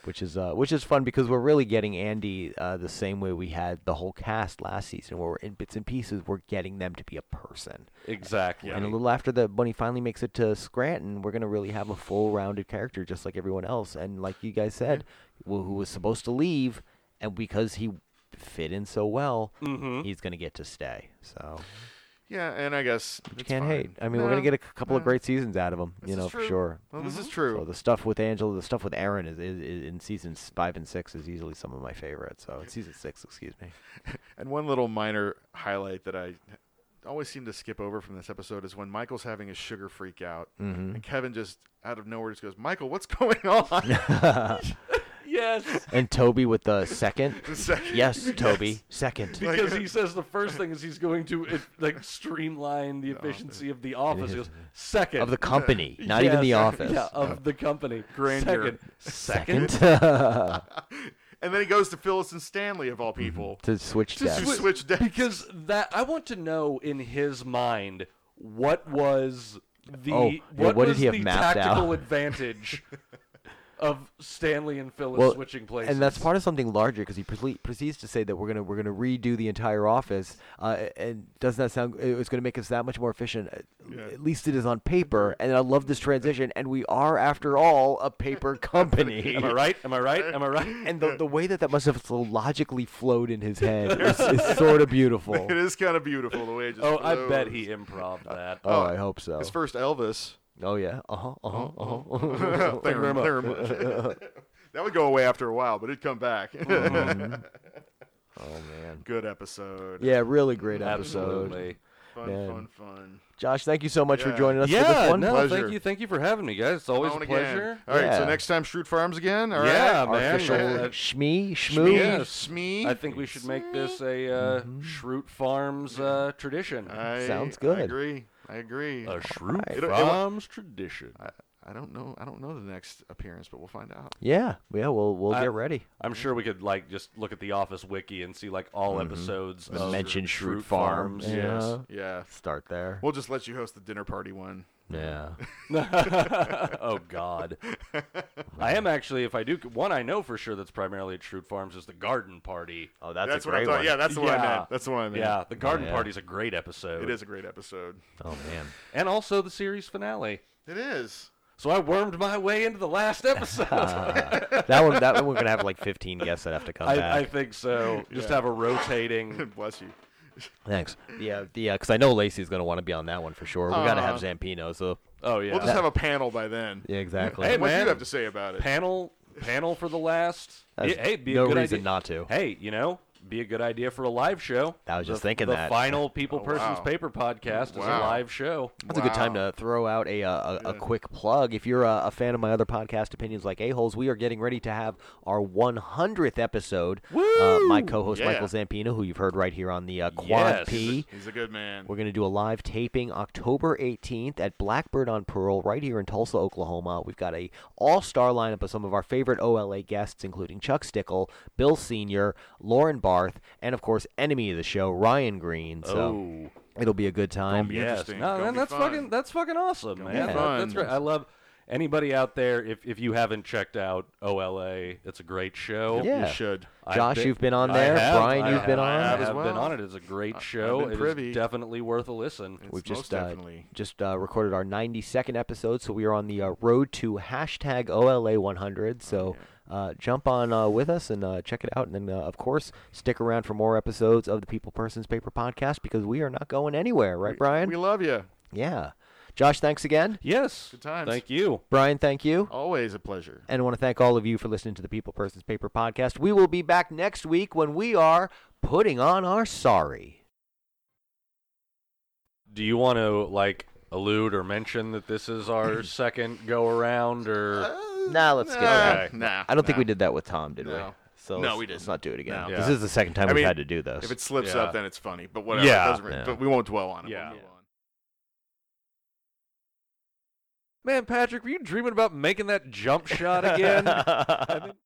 S4: Which is uh, which is fun because we're really getting Andy uh, the same way we had the whole cast last season, where we're in bits and pieces, we're getting them to be a person.
S6: exactly.
S4: And a little after the when he finally makes it to Scranton, we're gonna really have a full rounded character, just like everyone else. And like you guys said, who who was supposed to leave, and because he fit in so well,
S5: Mm-hmm.
S4: he's gonna get to stay. So
S5: Yeah, and I guess
S4: you
S5: it's
S4: can't
S5: fine.
S4: hate. I mean, we're gonna
S5: No,
S4: get a c- couple of
S5: no.
S4: great seasons out of him,
S5: This
S4: you
S5: is
S4: know, for
S5: true.
S4: sure. Mm-hmm.
S5: Well, this is
S4: So
S5: true.
S4: the stuff with Angela, the stuff with Aaron is, is, is in seasons five and six is easily some of my favorites. So it's season six, excuse me.
S5: And one little minor highlight that I always seem to skip over from this episode is when Michael's having his sugar freak out,
S4: Mm-hmm.
S5: and Kevin just out of nowhere just goes, "Michael, what's going on?"
S6: Yes,
S4: And Toby with the second.
S5: The second-
S4: yes, Toby, second.
S6: because he says the first thing is he's going to it, like streamline the efficiency of the office. He goes, second
S4: Of the company, not even the
S6: Yes.
S4: office.
S6: Yeah, of the company.
S5: Grandeur.
S6: Second. Second.
S5: and then he goes to Phyllis and Stanley of all people.
S4: Mm-hmm. to switch desks.
S5: swi- switch desks.
S6: Because that I want to know in his mind what was the
S4: Oh, yeah,
S6: what,
S4: what did
S6: was
S4: he have
S6: the
S4: mapped
S6: tactical
S4: out?
S6: advantage of Stanley and Phyllis
S4: well,
S6: switching places.
S4: and that's part of something larger because he proce- proceeds to say that we're gonna we're gonna redo the entire office. Uh, and doesn't that sound? It's gonna make us that much more efficient. At- At least it is on paper. And I love this transition. And we are, after all, a paper company.
S6: Am I right? Am I right? Am I right?
S4: And the, the way that that must have so logically flowed in his head is, is sort of beautiful.
S5: It is kind of beautiful the way it just.
S6: Oh, I
S5: flows.
S6: bet he improv that.
S4: Oh, I hope so.
S5: His first Elvis.
S4: Oh yeah. Uh huh. Uh huh. Uh huh.
S5: Thank you very much. that would go away after a while, but it'd come back.
S4: Mm-hmm. Oh man.
S5: Good episode.
S4: Yeah, really great episode.
S6: Absolutely.
S5: Fun,
S4: man.
S5: fun, fun.
S4: Josh, thank you so much for
S5: Yeah.
S4: joining us for
S6: yeah,
S4: this one.
S6: no,
S5: Pleasure.
S6: thank you, thank you for having me, guys. It's always
S5: On
S6: a
S5: again.
S6: pleasure.
S5: All right, so
S4: Yeah.
S5: next time, Shroot Farms again. All right.
S6: Yeah,
S4: Our
S6: man.
S4: official
S6: Yeah.
S4: Shmee,
S5: Me,
S4: Shmoo.
S6: Yeah.
S5: Smee.
S6: I think we should make this a uh,
S4: Mm-hmm.
S6: Shroot Farms uh, tradition.
S5: I-
S4: Sounds
S5: I
S4: good. Uh,
S5: agree. I agree.
S6: Shroot
S5: It- it-
S6: Farms tradition.
S5: I, I don't know. I don't know the next appearance, but we'll find out.
S4: Yeah, yeah, we'll we'll
S6: I-
S4: get ready.
S6: I'm sure we could like just look at the Office wiki and see like all episodes of
S4: Mm-hmm. Mention Shroot Farms.
S6: Yeah.
S4: Yeah.
S5: Yeah.
S4: Start there.
S5: We'll just let you host the dinner party one.
S4: Yeah.
S6: oh God. I am actually, if I do one, I know for sure that's primarily at Shroot Farms is the Garden Party. Uh,
S4: Oh, that's, a
S5: what I
S4: great
S5: thought.
S4: one.
S5: Yeah, that's the one I
S6: Yeah.
S5: meant. That's the one I meant.
S6: Yeah, the Garden
S4: yeah.
S6: Party's a great episode.
S5: It is a great episode.
S4: Oh man.
S6: and also the series finale.
S5: It is.
S6: So I wormed my way into the last episode.
S4: that one that one we're gonna have like fifteen guests that have to come back.
S6: I, I think so. Just have a rotating.
S5: Bless you.
S4: Thanks. Yeah, yeah, because I know Lacey's gonna want to be on that one for sure. We gotta have Zampino. So
S6: Oh yeah.
S5: We'll just have a panel by then.
S4: yeah, exactly.
S6: Hey,
S5: What do
S6: man.
S5: you have to say about it?
S6: panel panel for the last.
S4: That's
S6: Yeah, hey, be
S4: no
S6: a good
S4: reason
S6: idea.
S4: not to.
S6: Hey, you know, be a good idea for a live show.
S4: I was just
S6: The-
S4: thinking
S6: the
S4: that.
S6: final people persons
S5: Oh, wow.
S6: paper podcast is a
S5: Wow.
S6: live show.
S4: That's a good time to throw out a, uh, a, a quick plug. If you're a, a fan of my other podcast, Opinions Like A-Holes, we are getting ready to have our 100th episode. Uh, my co-host,
S5: Yeah.
S4: Michael Zampino, who you've heard right here on the uh, Quad
S6: Yes.
S4: P.
S5: He's a good man.
S4: We're going to do a live taping October 18th at Blackbird on Pearl right here in Tulsa, Oklahoma. We've got a all-star lineup of some of our favorite OLA guests including Chuck Stickle, Bill Senior, Lauren Barth, and of course, enemy of the show, Ryan Green. So
S6: oh,
S4: it'll be a good time.
S5: be
S6: yes.
S5: interesting.
S6: No,
S5: Gonna
S6: man,
S5: be
S6: that's
S5: fun.
S6: fucking that's fucking awesome, man.
S4: be
S6: That-
S5: fun.
S6: that's great. I love anybody out there. If if you haven't checked out OLA, it's a great show.
S4: Yeah.
S5: You should.
S6: I've
S4: Josh,
S6: been-
S4: you've been on
S6: I
S4: there.
S6: have,
S4: Brian,
S6: I
S4: you've
S6: have,
S4: been on.
S6: I have
S5: as
S6: been
S5: well.
S6: on it. It's a great show.
S5: been
S6: It is
S5: privy.
S6: definitely worth a listen.
S4: We've
S5: Most
S4: just uh,
S5: definitely.
S4: just uh, recorded our 92nd episode, so we are on the uh, road to hashtag
S5: Oh,
S4: OLA100. So uh, jump on uh, with us and uh, check it out, and then uh, of course stick around for more episodes of the People Persons Paper podcast because we are not going anywhere, right, Brian?
S5: We love you.
S4: yeah. Josh, thanks again.
S6: Yes.
S5: Good times.
S6: Thank you.
S4: Brian, thank you.
S5: Always a pleasure.
S4: And I want to thank all of you for listening to the People Persons Paper podcast. We will be back next week when we are putting on our sorry.
S6: Do you want to like allude or mention that this is our second go around or
S5: Uh,
S4: Nah, let's skip
S5: Nah,
S4: that.
S5: nah,
S4: I don't think
S5: nah.
S4: we did that with Tom, did we?
S5: No.
S4: So
S5: No,
S4: let's-
S5: we didn't.
S4: Let's not do it again.
S5: No.
S4: This
S6: Yeah.
S4: is the second time
S5: I
S4: we've
S5: mean,
S4: had to do this.
S5: If it slips
S6: Yeah.
S5: up, then it's funny. But whatever.
S6: Yeah.
S5: It doesn't,
S4: Yeah.
S5: But we won't dwell on it.
S6: Yeah.
S5: We'll move on.
S6: Man, Patrick, were you dreaming about making that jump shot again? I mean-